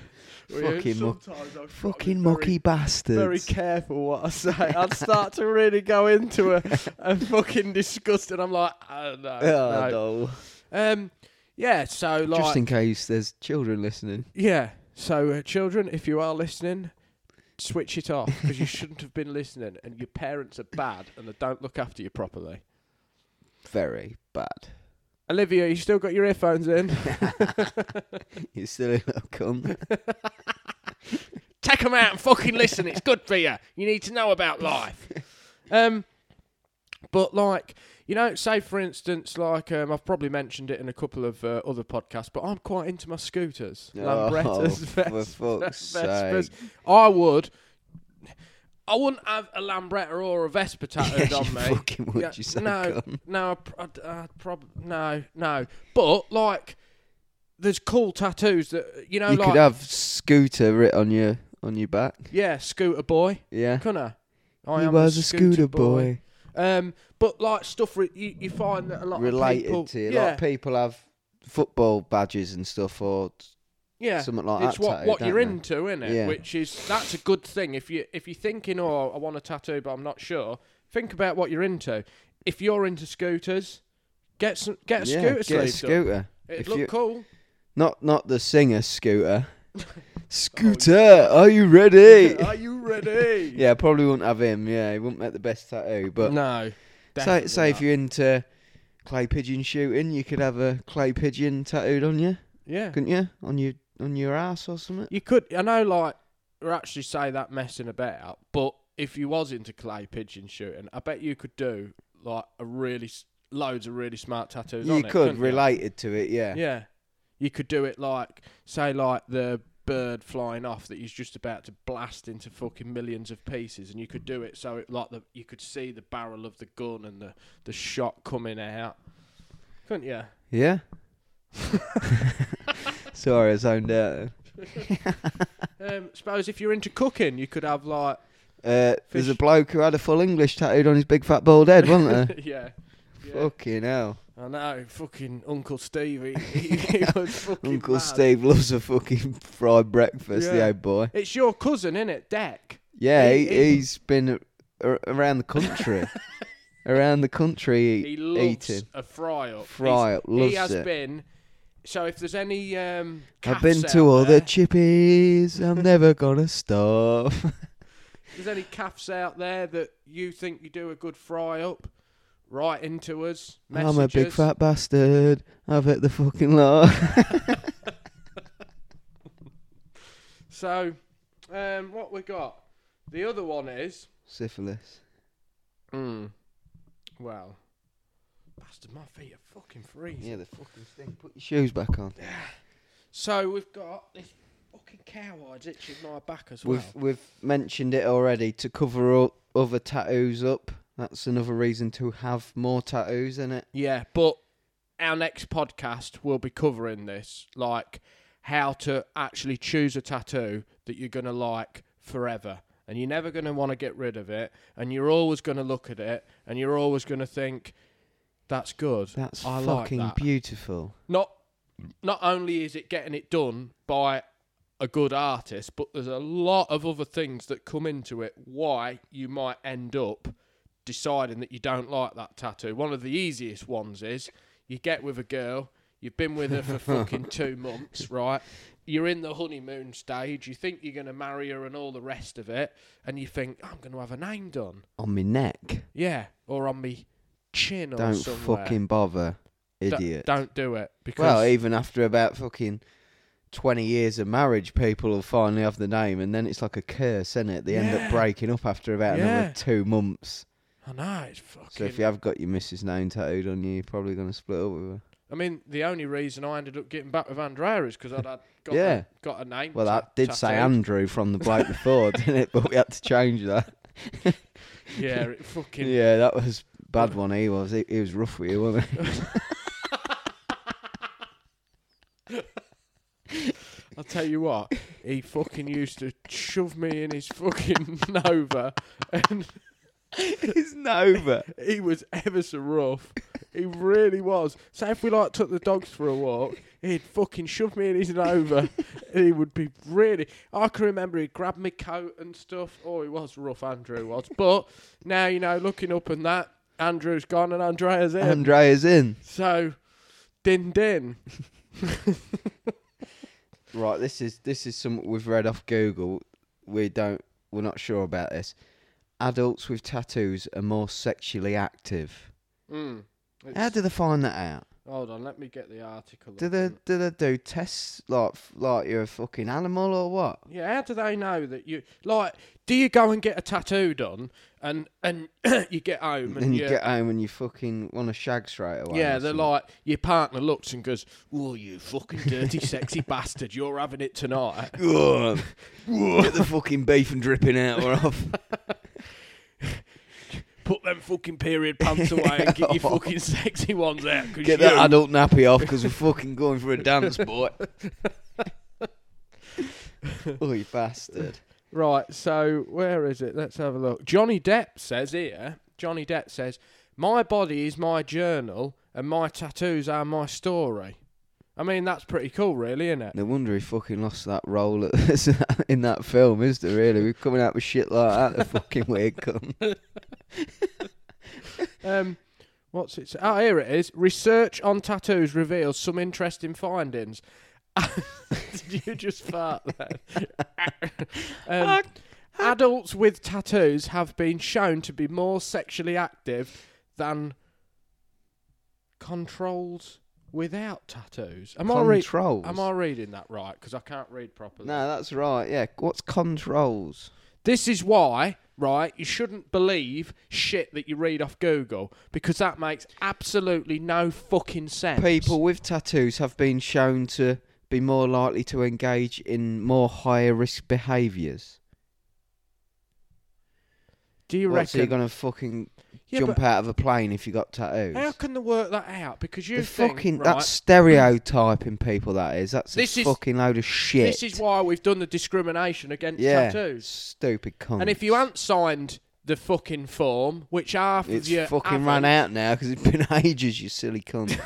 Speaker 2: Fucking muck-
Speaker 1: sometimes I've got to be
Speaker 2: Fucking
Speaker 1: very-
Speaker 2: mucky bastards.
Speaker 1: Very careful what I say. I'd start to really go into a, a fucking disgust, and I'm like, oh, no,
Speaker 2: Oh,
Speaker 1: no.
Speaker 2: no.
Speaker 1: Um, yeah. So like,
Speaker 2: Just in case there's children listening.
Speaker 1: Yeah. So, uh, children, if you are listening, switch it off because you shouldn't have been listening, and your parents are bad and they don't look after you properly.
Speaker 2: Very bad.
Speaker 1: Olivia, you still got your earphones in?
Speaker 2: You silly little cunt.
Speaker 1: Take them out and fucking listen. It's good for you. You need to know about life. Um, but like you know, say for instance, like um, I've probably mentioned it in a couple of uh, other podcasts, but I'm quite into my scooters, Lambrettas,
Speaker 2: Oh, for
Speaker 1: Vespas,
Speaker 2: fuck's
Speaker 1: Vespas.
Speaker 2: sake.
Speaker 1: I would. I wouldn't have a Lambretta or a Vespa tattooed
Speaker 2: Yeah,
Speaker 1: on
Speaker 2: you
Speaker 1: me.
Speaker 2: fucking would, you son of a
Speaker 1: no,
Speaker 2: gun.
Speaker 1: no, I pr- I'd, I'd prob- no, no. But like, there's cool tattoos that you know,
Speaker 2: You
Speaker 1: like
Speaker 2: could have scooter writ on your on your back.
Speaker 1: yeah, scooter boy,
Speaker 2: Yeah.
Speaker 1: couldn't I? I
Speaker 2: he
Speaker 1: am
Speaker 2: was a scooter, boy.
Speaker 1: Um, but like stuff re- you, you find that a lot
Speaker 2: Related
Speaker 1: of people,
Speaker 2: to a
Speaker 1: yeah,
Speaker 2: lot of people have football badges and stuff or
Speaker 1: yeah,
Speaker 2: something like
Speaker 1: it's
Speaker 2: that.
Speaker 1: what,
Speaker 2: tattooed,
Speaker 1: what
Speaker 2: don't
Speaker 1: you're
Speaker 2: they?
Speaker 1: into, isn't it?
Speaker 2: Yeah.
Speaker 1: Which is that's a good thing. If you if you're thinking, oh, I want a tattoo, but I'm not sure. Think about what you're into. If you're into scooters, get some get a
Speaker 2: yeah,
Speaker 1: scooter
Speaker 2: get a
Speaker 1: sleeve done.
Speaker 2: scooter.
Speaker 1: It'd
Speaker 2: If
Speaker 1: look
Speaker 2: you-
Speaker 1: cool.
Speaker 2: Not not the singer scooter. scooter, are you ready?
Speaker 1: Oh, Are you ready?
Speaker 2: yeah, probably wouldn't have him. Yeah, he wouldn't make the best tattoo. But
Speaker 1: no.
Speaker 2: say
Speaker 1: definitely
Speaker 2: say if
Speaker 1: not.
Speaker 2: you're into clay pigeon shooting, you could have a clay pigeon tattooed on you,
Speaker 1: yeah,
Speaker 2: couldn't you? On your on your ass or something.
Speaker 1: you could. I know, like we're actually say that messing about, but if you was into clay pigeon shooting, I bet you could do like a really s- loads of really smart tattoos. on
Speaker 2: You
Speaker 1: it,
Speaker 2: could
Speaker 1: couldn't you?
Speaker 2: related to it, yeah.
Speaker 1: Yeah. You could do it like, say, like the bird flying off that he's just about to blast into fucking millions of pieces, and you could do it so it like the you could see the barrel of the gun and the the shot coming out, couldn't you?
Speaker 2: Yeah. Sorry, I zoned out.
Speaker 1: Um, suppose if you're into cooking, you could have like,
Speaker 2: Uh, there's a
Speaker 1: Fish.
Speaker 2: bloke who had a full English tattooed on his big fat bald head, wasn't
Speaker 1: yeah.
Speaker 2: there?
Speaker 1: yeah.
Speaker 2: Fucking hell.
Speaker 1: I know, fucking Uncle Steve. He, he, he was fucking
Speaker 2: Uncle
Speaker 1: mad.
Speaker 2: Steve loves a fucking fried breakfast, the
Speaker 1: Yeah.
Speaker 2: old boy.
Speaker 1: It's your cousin, isn't it, Deck?
Speaker 2: Yeah, he,
Speaker 1: He- he-
Speaker 2: he's been a- a- around the country. around the country
Speaker 1: He loves
Speaker 2: eating.
Speaker 1: a fry up.
Speaker 2: Fry up,
Speaker 1: he has
Speaker 2: loves it.
Speaker 1: been. So if there's any, um, cats
Speaker 2: I've been
Speaker 1: out
Speaker 2: to all
Speaker 1: there,
Speaker 2: the chippies. I'm never gonna stop.
Speaker 1: If there's any calves out there that you think you do a good fry up, write into us. Messages.
Speaker 2: I'm a big fat bastard. I've hit the fucking lot.
Speaker 1: So, um, what we got? The other one is.
Speaker 2: Syphilis.
Speaker 1: Mm, well, bastard, my feet are fucking freezing.
Speaker 2: Yeah, the fucking thing. Put your shoes back on.
Speaker 1: So we've got this fucking cowhide itching my back as well.
Speaker 2: We've we've mentioned it already to cover up other tattoos up. That's another reason to have more tattoos in it.
Speaker 1: Yeah, but our next podcast will be covering this, like how to actually choose a tattoo that you're gonna like forever, and you're never gonna want to get rid of it, and you're always gonna look at it, and you're always gonna think, "That's good.
Speaker 2: That's
Speaker 1: I like
Speaker 2: fucking
Speaker 1: that."
Speaker 2: beautiful.
Speaker 1: Not, not only is it getting it done by a good artist, but there's a lot of other things that come into it. Why you might end up deciding that you don't like that tattoo. One of the easiest ones is you get with a girl, you've been with her for fucking two months, right? You're in the honeymoon stage, you think you're going to marry her and all the rest of it, and you think, I'm going to have a name done.
Speaker 2: on my neck.
Speaker 1: Yeah, or on me chin or
Speaker 2: Don't
Speaker 1: somewhere.
Speaker 2: fucking bother,
Speaker 1: D-
Speaker 2: idiot.
Speaker 1: Don't do it. Because
Speaker 2: well, even after about fucking twenty years of marriage, people will finally have the name, and then it's like a curse, isn't it? They end
Speaker 1: Yeah.
Speaker 2: up breaking up after about
Speaker 1: Yeah.
Speaker 2: another two months.
Speaker 1: I know, it's fucking...
Speaker 2: So if you have got your missus' name tattooed on you, you're probably going to split up with her.
Speaker 1: I mean, the only reason I ended up getting back with Andrea is because I'd, had got,
Speaker 2: Yeah.
Speaker 1: a, got a name.
Speaker 2: Well,
Speaker 1: ta-
Speaker 2: that did say
Speaker 1: tattooed.
Speaker 2: Andrew from the bloke before, didn't it? But we had to change that.
Speaker 1: Yeah, it fucking.
Speaker 2: Yeah, that was bad one. He was. He, he was rough with you, wasn't he?
Speaker 1: I'll tell you what, he fucking used to shove me in his fucking Nova, and
Speaker 2: He's Nova.
Speaker 1: he was ever so rough. He really was. So if we like took the dogs for a walk, he'd fucking shove me in his Nova. and he would be really. I can remember he grabbed me coat and stuff. Oh, he was rough. Andrew was, but now you know, looking up and that, Andrew's gone and Andrea's in.
Speaker 2: Andrea's in.
Speaker 1: so, din din.
Speaker 2: Right, this is this is something we've read off Google. We don't we're not sure about this. Adults with tattoos are more sexually active.
Speaker 1: Mm. It's-
Speaker 2: How do they find that out?
Speaker 1: Hold on, let me get the article.
Speaker 2: Do
Speaker 1: up
Speaker 2: they
Speaker 1: and-
Speaker 2: do they do tests like f- like you're a fucking animal or what?
Speaker 1: Yeah, how do they know that you like? Do you go and get a tattoo done, and and you get home and
Speaker 2: then you
Speaker 1: you-
Speaker 2: get home and you fucking want to shag straight away.
Speaker 1: yeah, they're
Speaker 2: or something.
Speaker 1: like your partner looks and goes, "Oh, you fucking dirty, sexy bastard! You're having it tonight."
Speaker 2: Ugh. get the fucking beef and dripping out or off.
Speaker 1: Put them fucking period pants away and get your fucking sexy ones out. 'cause
Speaker 2: Get that
Speaker 1: you-
Speaker 2: adult nappy off because we're fucking going for a dance, boy. oh, you bastard.
Speaker 1: Right, so where is it? Let's have a look. Johnny Depp says here, Johnny Depp says, My body is my journal and my tattoos are my story. I mean, that's pretty cool, really, isn't it?
Speaker 2: No wonder he fucking lost that role at- in that film, is there really? We're coming out with shit like that, the fucking weird cunt.
Speaker 1: Um, what's it? Say? Oh, here it is. Research on tattoos reveals some interesting findings. Did you just fart then? um, adults with tattoos have been shown to be more sexually active than controls without tattoos. Am I re-
Speaker 2: Controls.
Speaker 1: Am I reading that right? Because I can't read properly.
Speaker 2: No, that's right, yeah. What's controls?
Speaker 1: This is why, right, you shouldn't believe shit that you read off Google because that makes absolutely no fucking sense.
Speaker 2: People with tattoos have been shown to be more likely to engage in more higher risk behaviours.
Speaker 1: do you
Speaker 2: What's
Speaker 1: reckon?
Speaker 2: he gonna fucking
Speaker 1: Yeah,
Speaker 2: jump
Speaker 1: but
Speaker 2: out of a plane if you got tattoos?
Speaker 1: How can they work that out? Because you
Speaker 2: the
Speaker 1: think
Speaker 2: fucking
Speaker 1: right,
Speaker 2: that's stereotyping people that is. That's
Speaker 1: This
Speaker 2: a
Speaker 1: is-
Speaker 2: fucking load of shit.
Speaker 1: this is why we've done the discrimination against
Speaker 2: yeah,
Speaker 1: tattoos.
Speaker 2: Stupid cunt.
Speaker 1: And if you hadn't signed the fucking form, which half
Speaker 2: It's
Speaker 1: of you
Speaker 2: fucking
Speaker 1: haven't,
Speaker 2: run out now because it's been ages, you silly cunt.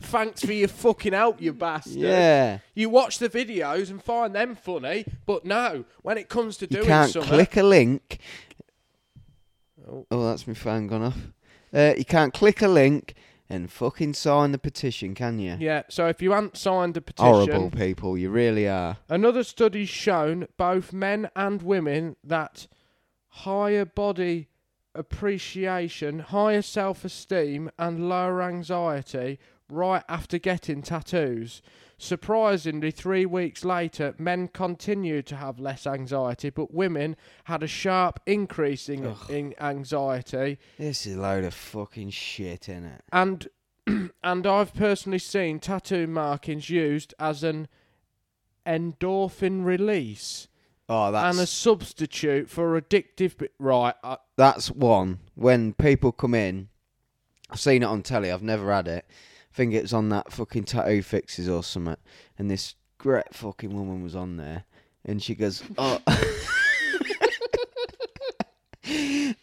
Speaker 1: Thanks for your fucking help, you bastard.
Speaker 2: yeah.
Speaker 1: You watch the videos and find them funny, but no, when it comes to
Speaker 2: You
Speaker 1: doing
Speaker 2: can't
Speaker 1: something,
Speaker 2: click a link.
Speaker 1: Oh.
Speaker 2: Oh, that's my phone gone off. Uh, you can't click a link and fucking sign the petition, can you?
Speaker 1: Yeah, so if you haven't signed the petition,
Speaker 2: Horrible people, you really are.
Speaker 1: another study's shown both men and women that higher body appreciation, higher self esteem, and lower anxiety right after getting tattoos. Surprisingly, three weeks later, men continued to have less anxiety, but women had a sharp increase in, in anxiety.
Speaker 2: This is a load of fucking shit, innit?
Speaker 1: and and I've personally seen tattoo markings used as an endorphin release
Speaker 2: Oh, that's
Speaker 1: and a substitute for addictive. b right, I,
Speaker 2: that's one when people come in. I've seen it on telly. I've never had it. I think it's on that fucking tattoo fixes or something. And this great fucking woman was on there, and she goes, "Oh,"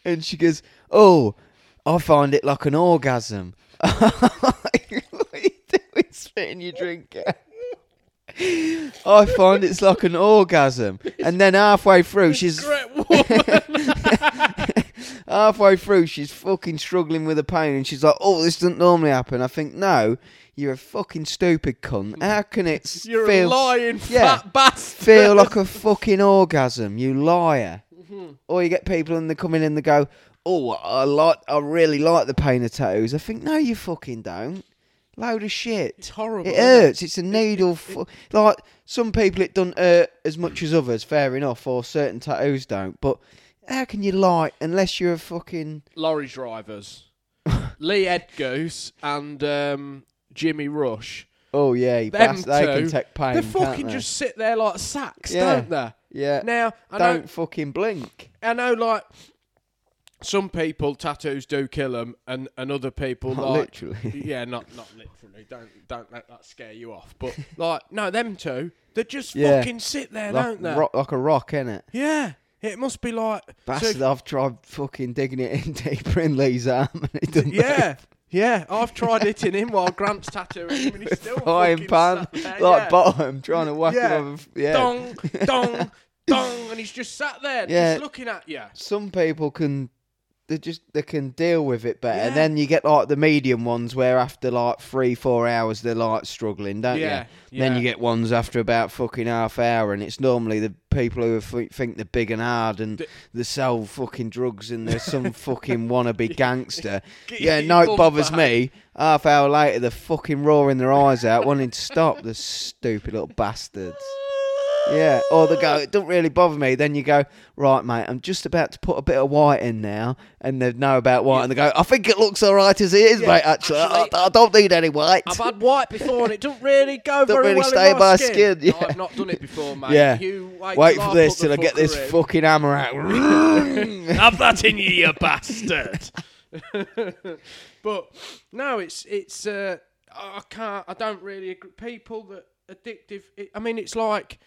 Speaker 2: and she goes, "Oh, I find it like an orgasm." what are you doing, spitting your drink out? I find it's like an orgasm, and then halfway through, she's
Speaker 1: Great woman.
Speaker 2: Halfway through, she's fucking struggling with the pain, and she's like, "Oh, this doesn't normally happen." I think, "No, you're a fucking stupid cunt. How can it s-
Speaker 1: You're a
Speaker 2: feel
Speaker 1: lying
Speaker 2: yeah.
Speaker 1: fat bastard.
Speaker 2: feel like a fucking orgasm? You liar!"
Speaker 1: Mm-hmm.
Speaker 2: Or you get people and they come in and they go, "Oh, I like, I really like the pain of tattoos." I think, "No, you fucking don't. Load of shit."
Speaker 1: It's horrible.
Speaker 2: It
Speaker 1: isn't
Speaker 2: hurts. It's a needle. Fu- like some people, it doesn't hurt as much as others. Fair enough. Or certain tattoos don't. But how can you lie unless you're a fucking?
Speaker 1: Lorry drivers. Lee Edgoose and um, Jimmy Rush.
Speaker 2: Oh yeah, you
Speaker 1: Them
Speaker 2: bas- they
Speaker 1: two,
Speaker 2: can take pain.
Speaker 1: they
Speaker 2: can't
Speaker 1: fucking
Speaker 2: they?
Speaker 1: just sit there like sacks,
Speaker 2: Yeah.
Speaker 1: don't they?
Speaker 2: yeah.
Speaker 1: Now, I
Speaker 2: don't
Speaker 1: know,
Speaker 2: fucking blink.
Speaker 1: I know, like some people, tattoos do kill them, and, and other people,
Speaker 2: Not
Speaker 1: like,
Speaker 2: literally.
Speaker 1: yeah, not not literally. Don't don't let that scare you off. But like, no, them two, they just
Speaker 2: Yeah.
Speaker 1: fucking sit there,
Speaker 2: like,
Speaker 1: don't they?
Speaker 2: rock, like a rock, innit?
Speaker 1: Yeah, it must be like so-
Speaker 2: Bastard, I've tried fucking digging it in deeper in Lee's arm, and it doesn't.
Speaker 1: yeah, yeah. I've tried hitting him while Grant's tattooing him, and he's still fucking
Speaker 2: Frying pan,
Speaker 1: sat there,
Speaker 2: like
Speaker 1: yeah.
Speaker 2: bottom, trying to whack
Speaker 1: Yeah.
Speaker 2: him over. Yeah.
Speaker 1: dong, dong, dong, and he's just sat there,
Speaker 2: Yeah.
Speaker 1: just looking at you.
Speaker 2: some people can they just they can deal with it better.
Speaker 1: Yeah.
Speaker 2: And then you get like the medium ones where after like three, four hours they're like struggling, don't
Speaker 1: Yeah,
Speaker 2: you? Then
Speaker 1: yeah.
Speaker 2: you get ones after about fucking half hour, and it's normally the people who th- think they're big and hard and they sell fucking drugs and they're some fucking wannabe gangster.
Speaker 1: Get
Speaker 2: yeah,
Speaker 1: your
Speaker 2: no,
Speaker 1: bum
Speaker 2: it bothers
Speaker 1: back.
Speaker 2: me. Half hour later, they're fucking roaring their eyes out, wanting to stop. The stupid little bastards. Yeah, or they go, it do not really bother me. Then you go, right, mate, I'm just about to put a bit of white in now, and they know about white, and they go, I think it looks all right as it is,
Speaker 1: Yeah,
Speaker 2: mate. Actually,
Speaker 1: actually-
Speaker 2: I, I don't need any white.
Speaker 1: I've had white before and it doesn't really go very
Speaker 2: really
Speaker 1: well in
Speaker 2: stay
Speaker 1: my
Speaker 2: by
Speaker 1: skin.
Speaker 2: skin,
Speaker 1: No,
Speaker 2: yeah.
Speaker 1: I've not done it before, mate.
Speaker 2: Yeah.
Speaker 1: You wait,
Speaker 2: Wait
Speaker 1: till
Speaker 2: for
Speaker 1: I
Speaker 2: this
Speaker 1: put
Speaker 2: till
Speaker 1: the
Speaker 2: I get this
Speaker 1: fucker in.
Speaker 2: fucking hammer out.
Speaker 1: Have that in you, you bastard. but no, it's it's uh, I can't. I don't really agree. People that addictive. It, I mean, it's like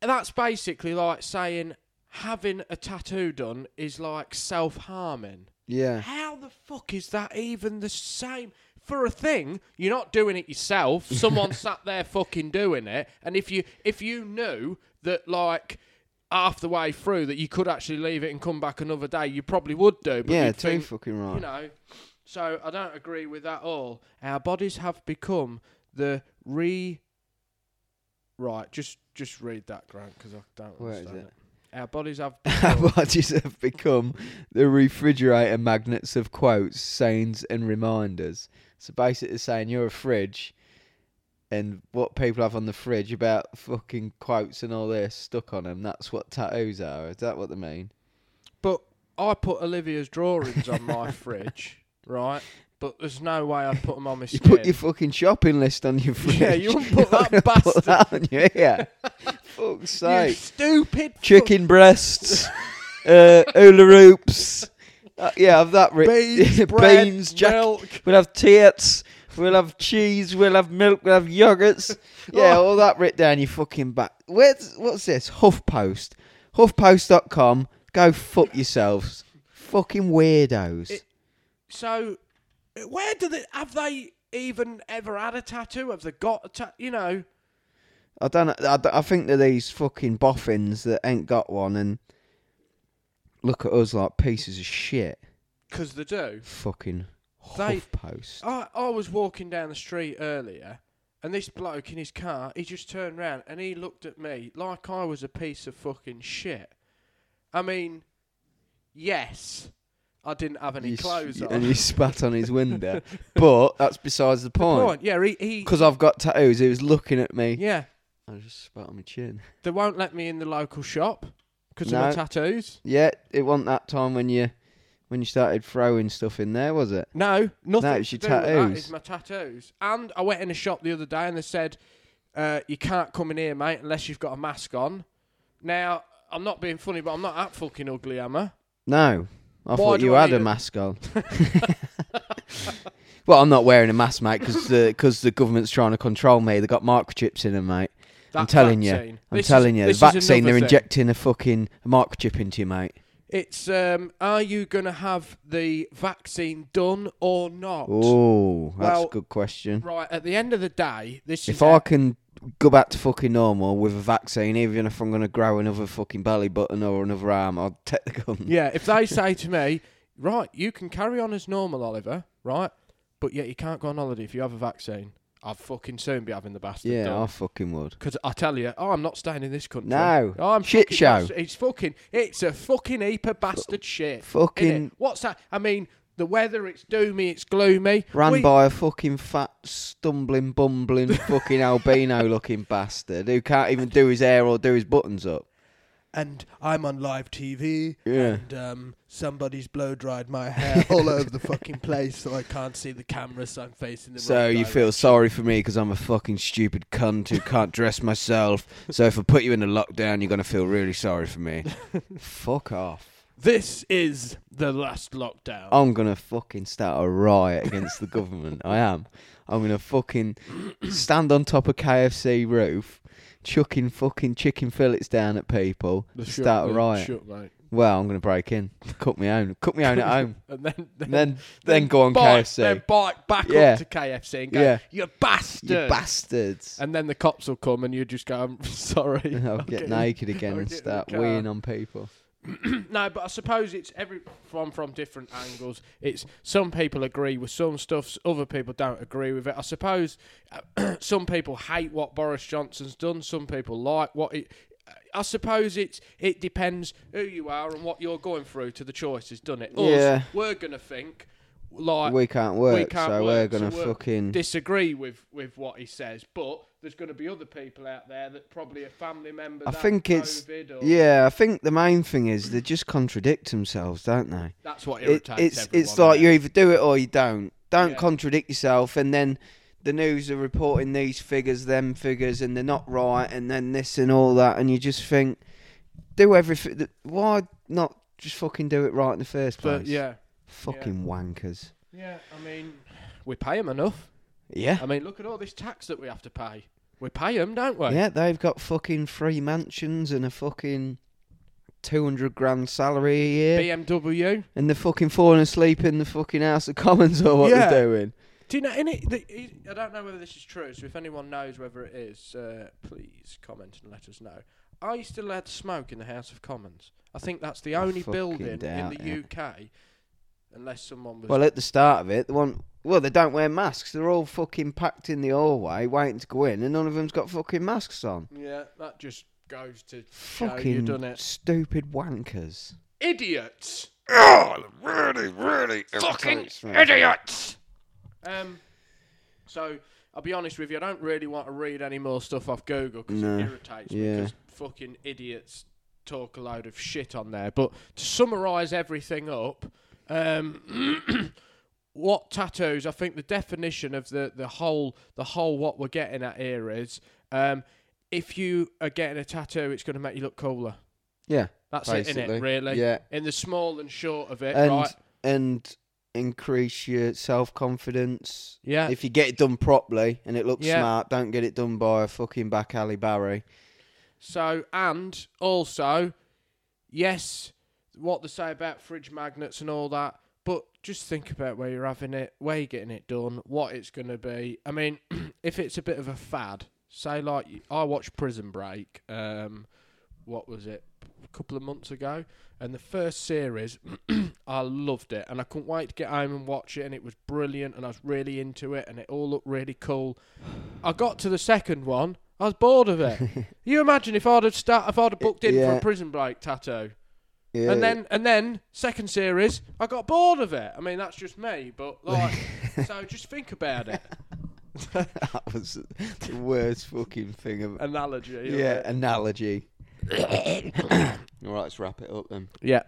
Speaker 1: that's basically like saying having a tattoo done is like self harming.
Speaker 2: yeah,
Speaker 1: How the fuck is that even the same? For a thing, you're not doing it yourself. Someone sat there fucking doing it. And if you if you knew that like half the way through that you could actually leave it and come back another day, you probably would do. But
Speaker 2: yeah,
Speaker 1: you'd
Speaker 2: too
Speaker 1: think,
Speaker 2: fucking right.
Speaker 1: you know. So I don't agree with that all. Our bodies have become the re. Right, just just read that, Grant, because I don't
Speaker 2: Where is
Speaker 1: understand
Speaker 2: it?
Speaker 1: it. Our bodies have
Speaker 2: Our
Speaker 1: become
Speaker 2: bodies have become the refrigerator magnets of quotes, sayings, and reminders. So basically, it's saying you're a fridge, and what people have on the fridge about fucking quotes and all this stuck on them, that's what tattoos are. Is that what they mean?
Speaker 1: But I put Olivia's drawings on my fridge, right? But there's no way I'd put them on my
Speaker 2: You
Speaker 1: skin.
Speaker 2: put your fucking shopping list on your fridge.
Speaker 1: Yeah, you wouldn't put
Speaker 2: You're
Speaker 1: that
Speaker 2: not gonna
Speaker 1: bastard-
Speaker 2: Put that on your ear. Fuck's
Speaker 1: You
Speaker 2: sake.
Speaker 1: stupid
Speaker 2: Chicken breasts, uh, hula hoops. Uh, yeah, have that. Ri-
Speaker 1: Beans, bread,
Speaker 2: beans, jack-
Speaker 1: milk.
Speaker 2: We'll have tits. We'll have cheese. We'll have milk. We'll have yogurts. Oh. Yeah, all that writ down your fucking back. Where's what's this? HuffPost. HuffPost.com. Go fuck yourselves. Fucking weirdos.
Speaker 1: It- So, where do they have they even ever had a tattoo? Have they got a tattoo? You know,
Speaker 2: I don't. know- I, don't- I think they're these fucking boffins that ain't got one and look at us like pieces of shit.
Speaker 1: because they do.
Speaker 2: Fucking
Speaker 1: They-
Speaker 2: HuffPost.
Speaker 1: I I was walking down the street earlier, and this bloke in his car, he just turned round and he looked at me like I was a piece of fucking shit. I mean, yes, I didn't have any
Speaker 2: You s-
Speaker 1: clothes on.
Speaker 2: and he spat on his window, but that's besides the point.
Speaker 1: Point, Yeah, he, he
Speaker 2: Because I've got tattoos, he was looking at me.
Speaker 1: yeah,
Speaker 2: I just spat on my chin.
Speaker 1: they won't let me in the local shop because
Speaker 2: No.
Speaker 1: of my tattoos.
Speaker 2: Yeah, it wasn't that time when you when you started throwing stuff in there, was it?
Speaker 1: No, nothing.
Speaker 2: No, it's your
Speaker 1: to do with that,
Speaker 2: tattoos.
Speaker 1: it's my tattoos. And I went in a shop the other day and they said, uh, "You can't come in here, mate, unless you've got a mask on." Now, I'm not being funny, but I'm not that fucking ugly, am I?
Speaker 2: No, I thought
Speaker 1: do
Speaker 2: you
Speaker 1: I
Speaker 2: had
Speaker 1: need
Speaker 2: a
Speaker 1: it?
Speaker 2: mask on. well, I'm not wearing a mask, mate, because the because the government's trying to control me. They got microchips in them, mate. I'm
Speaker 1: That
Speaker 2: telling you.
Speaker 1: vaccine.
Speaker 2: I'm
Speaker 1: This is-
Speaker 2: telling you, the
Speaker 1: this is
Speaker 2: vaccine they're
Speaker 1: another thing.
Speaker 2: injecting a fucking microchip into you, mate.
Speaker 1: It's um, are you gonna have the vaccine done or not?
Speaker 2: Oh, that's
Speaker 1: Well,
Speaker 2: a good question.
Speaker 1: Right at the end of the day, this
Speaker 2: If
Speaker 1: is
Speaker 2: I can go back to fucking normal with a vaccine, even if I'm going to grow another fucking belly button or another arm, I'll take the gun.
Speaker 1: Yeah, if they say to me, right, you can carry on as normal, Oliver, right, but yet you can't go on holiday if you have a vaccine, I'd fucking soon be having the bastard
Speaker 2: Yeah, I
Speaker 1: done.
Speaker 2: fucking would.
Speaker 1: Because I tell you, oh, I'm not staying in this country.
Speaker 2: No.
Speaker 1: Oh, I'm
Speaker 2: Shit
Speaker 1: fucking-
Speaker 2: show.
Speaker 1: It's, it's fucking, it's a fucking heap of bastard shit. innit?
Speaker 2: Fucking
Speaker 1: What's that? I mean, the weather, it's doomy, it's gloomy.
Speaker 2: ran
Speaker 1: We-
Speaker 2: by a fucking fat, stumbling, bumbling, fucking albino-looking bastard who can't even do his hair or do his buttons up.
Speaker 1: and I'm on live TV,
Speaker 2: Yeah.
Speaker 1: and um, somebody's blow dried my hair all over the fucking place, so I can't see the camera, so I'm facing the.
Speaker 2: So
Speaker 1: wrong
Speaker 2: you
Speaker 1: direction.
Speaker 2: feel sorry for me because I'm a fucking stupid cunt who can't dress myself. So if I put you in a lockdown, you're gonna feel really sorry for me. Fuck off.
Speaker 1: This is the last lockdown.
Speaker 2: I'm gonna fucking start a riot against the government. I am. I'm gonna fucking stand on top of KFC roof, chucking fucking chicken fillets down at people.
Speaker 1: The shut-
Speaker 2: start a
Speaker 1: the
Speaker 2: riot.
Speaker 1: shut, mate.
Speaker 2: Well, I'm gonna break in, cook my own, cook my own at home,
Speaker 1: And then, then,
Speaker 2: and then then go on
Speaker 1: bike,
Speaker 2: KFC.
Speaker 1: Then bike back
Speaker 2: Yeah.
Speaker 1: up to KFC and go,
Speaker 2: Yeah.
Speaker 1: you bastard.
Speaker 2: you bastards!
Speaker 1: and then the cops will come and you just go, I'm sorry.
Speaker 2: I'll
Speaker 1: I'll
Speaker 2: get
Speaker 1: in-
Speaker 2: naked again
Speaker 1: I'll
Speaker 2: and
Speaker 1: get in the
Speaker 2: start
Speaker 1: car.
Speaker 2: weeing on people.
Speaker 1: No, but I suppose it's every from from different angles. It's some people agree with some stuff, s- other people don't agree with it. I suppose uh, some people hate what Boris Johnson's done, some people like what it. uh, I suppose it's it depends who you are and what you're going through to the choices, doesn't it? Us,
Speaker 2: Yeah.
Speaker 1: we're gonna think like
Speaker 2: we can't work,
Speaker 1: can't
Speaker 2: so
Speaker 1: work,
Speaker 2: we're gonna
Speaker 1: so we're-
Speaker 2: fucking
Speaker 1: disagree with with what he says, but there's gonna be other people out there that probably a family member.
Speaker 2: I
Speaker 1: that
Speaker 2: think it's-
Speaker 1: COVID or,
Speaker 2: yeah. I think the main thing is they just contradict themselves, don't they?
Speaker 1: That's what
Speaker 2: It-
Speaker 1: irritates
Speaker 2: it's
Speaker 1: everyone.
Speaker 2: it's like
Speaker 1: innit?
Speaker 2: you either do it or you don't. Don't
Speaker 1: Yeah.
Speaker 2: contradict yourself, and then the news are reporting these figures, them figures, and they're not right, and then this and all that, and you just think, do everything. th- Why not just fucking do it right in the first place?
Speaker 1: But yeah,
Speaker 2: fucking wankers.
Speaker 1: yeah. I mean, we pay them enough.
Speaker 2: Yeah,
Speaker 1: I mean, look at all this tax that we have to pay. We pay them, don't we?
Speaker 2: yeah. They've got fucking three mansions and a fucking two hundred grand salary a year.
Speaker 1: BMW.
Speaker 2: And they're fucking falling asleep in the fucking House of Commons or what
Speaker 1: Yeah.
Speaker 2: they're doing.
Speaker 1: Do you know? In it, the, I don't know whether this is true. So if anyone knows whether it is, uh, please comment and let us know. Are you still allowed to smoke in the House of Commons? I think that's the
Speaker 2: I
Speaker 1: only
Speaker 2: fucking
Speaker 1: building in
Speaker 2: doubt
Speaker 1: the
Speaker 2: it.
Speaker 1: UK, unless someone was.
Speaker 2: Well, uh at the start of it, the one well, they don't wear masks. They're all fucking packed in the hallway, waiting to go in, and none of them's got fucking masks on.
Speaker 1: yeah, that just goes to show you
Speaker 2: Fucking
Speaker 1: done it.
Speaker 2: stupid wankers.
Speaker 1: Idiots.
Speaker 2: Really, really fucking
Speaker 1: idiots. Um, so I'll be honest with you, I don't really want to read any more stuff off Google because
Speaker 2: No.
Speaker 1: it irritates me
Speaker 2: Yeah.
Speaker 1: because fucking idiots talk a load of shit on there. But to summarise everything up, um, what tattoos? I think the definition of the the whole the whole what we're getting at here is. Um, if you are getting a tattoo, it's going to make you look cooler.
Speaker 2: Yeah,
Speaker 1: That's it,
Speaker 2: Basically,
Speaker 1: innit? Really?
Speaker 2: yeah.
Speaker 1: In the small and short of it,
Speaker 2: and
Speaker 1: right?
Speaker 2: and increase your self confidence.
Speaker 1: Yeah.
Speaker 2: If you get it done properly and it looks
Speaker 1: Yeah.
Speaker 2: smart, don't get it done by a fucking back alley Barry.
Speaker 1: So, and also, yes, what they say about fridge magnets and all that, but just think about where you're having it, where you're getting it done, what it's going to be. I mean, if it's a bit of a fad, say, like, I watched Prison Break, um, what was it, a couple of months ago, and the first series, I loved it, and I couldn't wait to get home and watch it, and it was brilliant, and I was really into it, and it all looked really cool. I got to the second one. I was bored of it. you imagine if I'd have start, if I'd have booked in for
Speaker 2: Yeah.
Speaker 1: a prison break tattoo,
Speaker 2: Yeah.
Speaker 1: and then and then second series, I got bored of it. I mean, that's just me, but like, so just think about it.
Speaker 2: that was the worst fucking thing of
Speaker 1: Analogy. of
Speaker 2: Yeah,
Speaker 1: it.
Speaker 2: analogy. All right, let's wrap it up then.
Speaker 1: Yeah.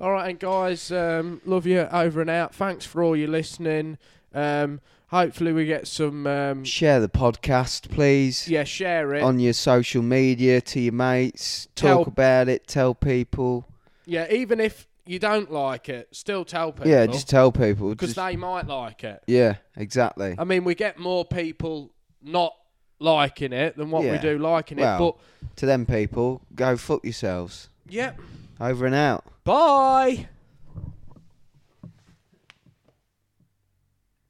Speaker 1: All right, and guys, um, love you over and out. Thanks for all your listening. Um, hopefully, we get some. Um,
Speaker 2: Mm. Share the podcast, please,
Speaker 1: yeah, share it.
Speaker 2: on your social media to your mates.
Speaker 1: Tell-
Speaker 2: Talk about it. Tell people.
Speaker 1: yeah, even if you don't like it, still tell people.
Speaker 2: Yeah, just tell people.
Speaker 1: because
Speaker 2: Just,
Speaker 1: they might like it.
Speaker 2: yeah, exactly.
Speaker 1: I mean, we get more people not liking it than what we
Speaker 2: Yeah.
Speaker 1: do liking it.
Speaker 2: Well. to them people, go fuck yourselves.
Speaker 1: But yep.
Speaker 2: Over and out.
Speaker 1: Bye.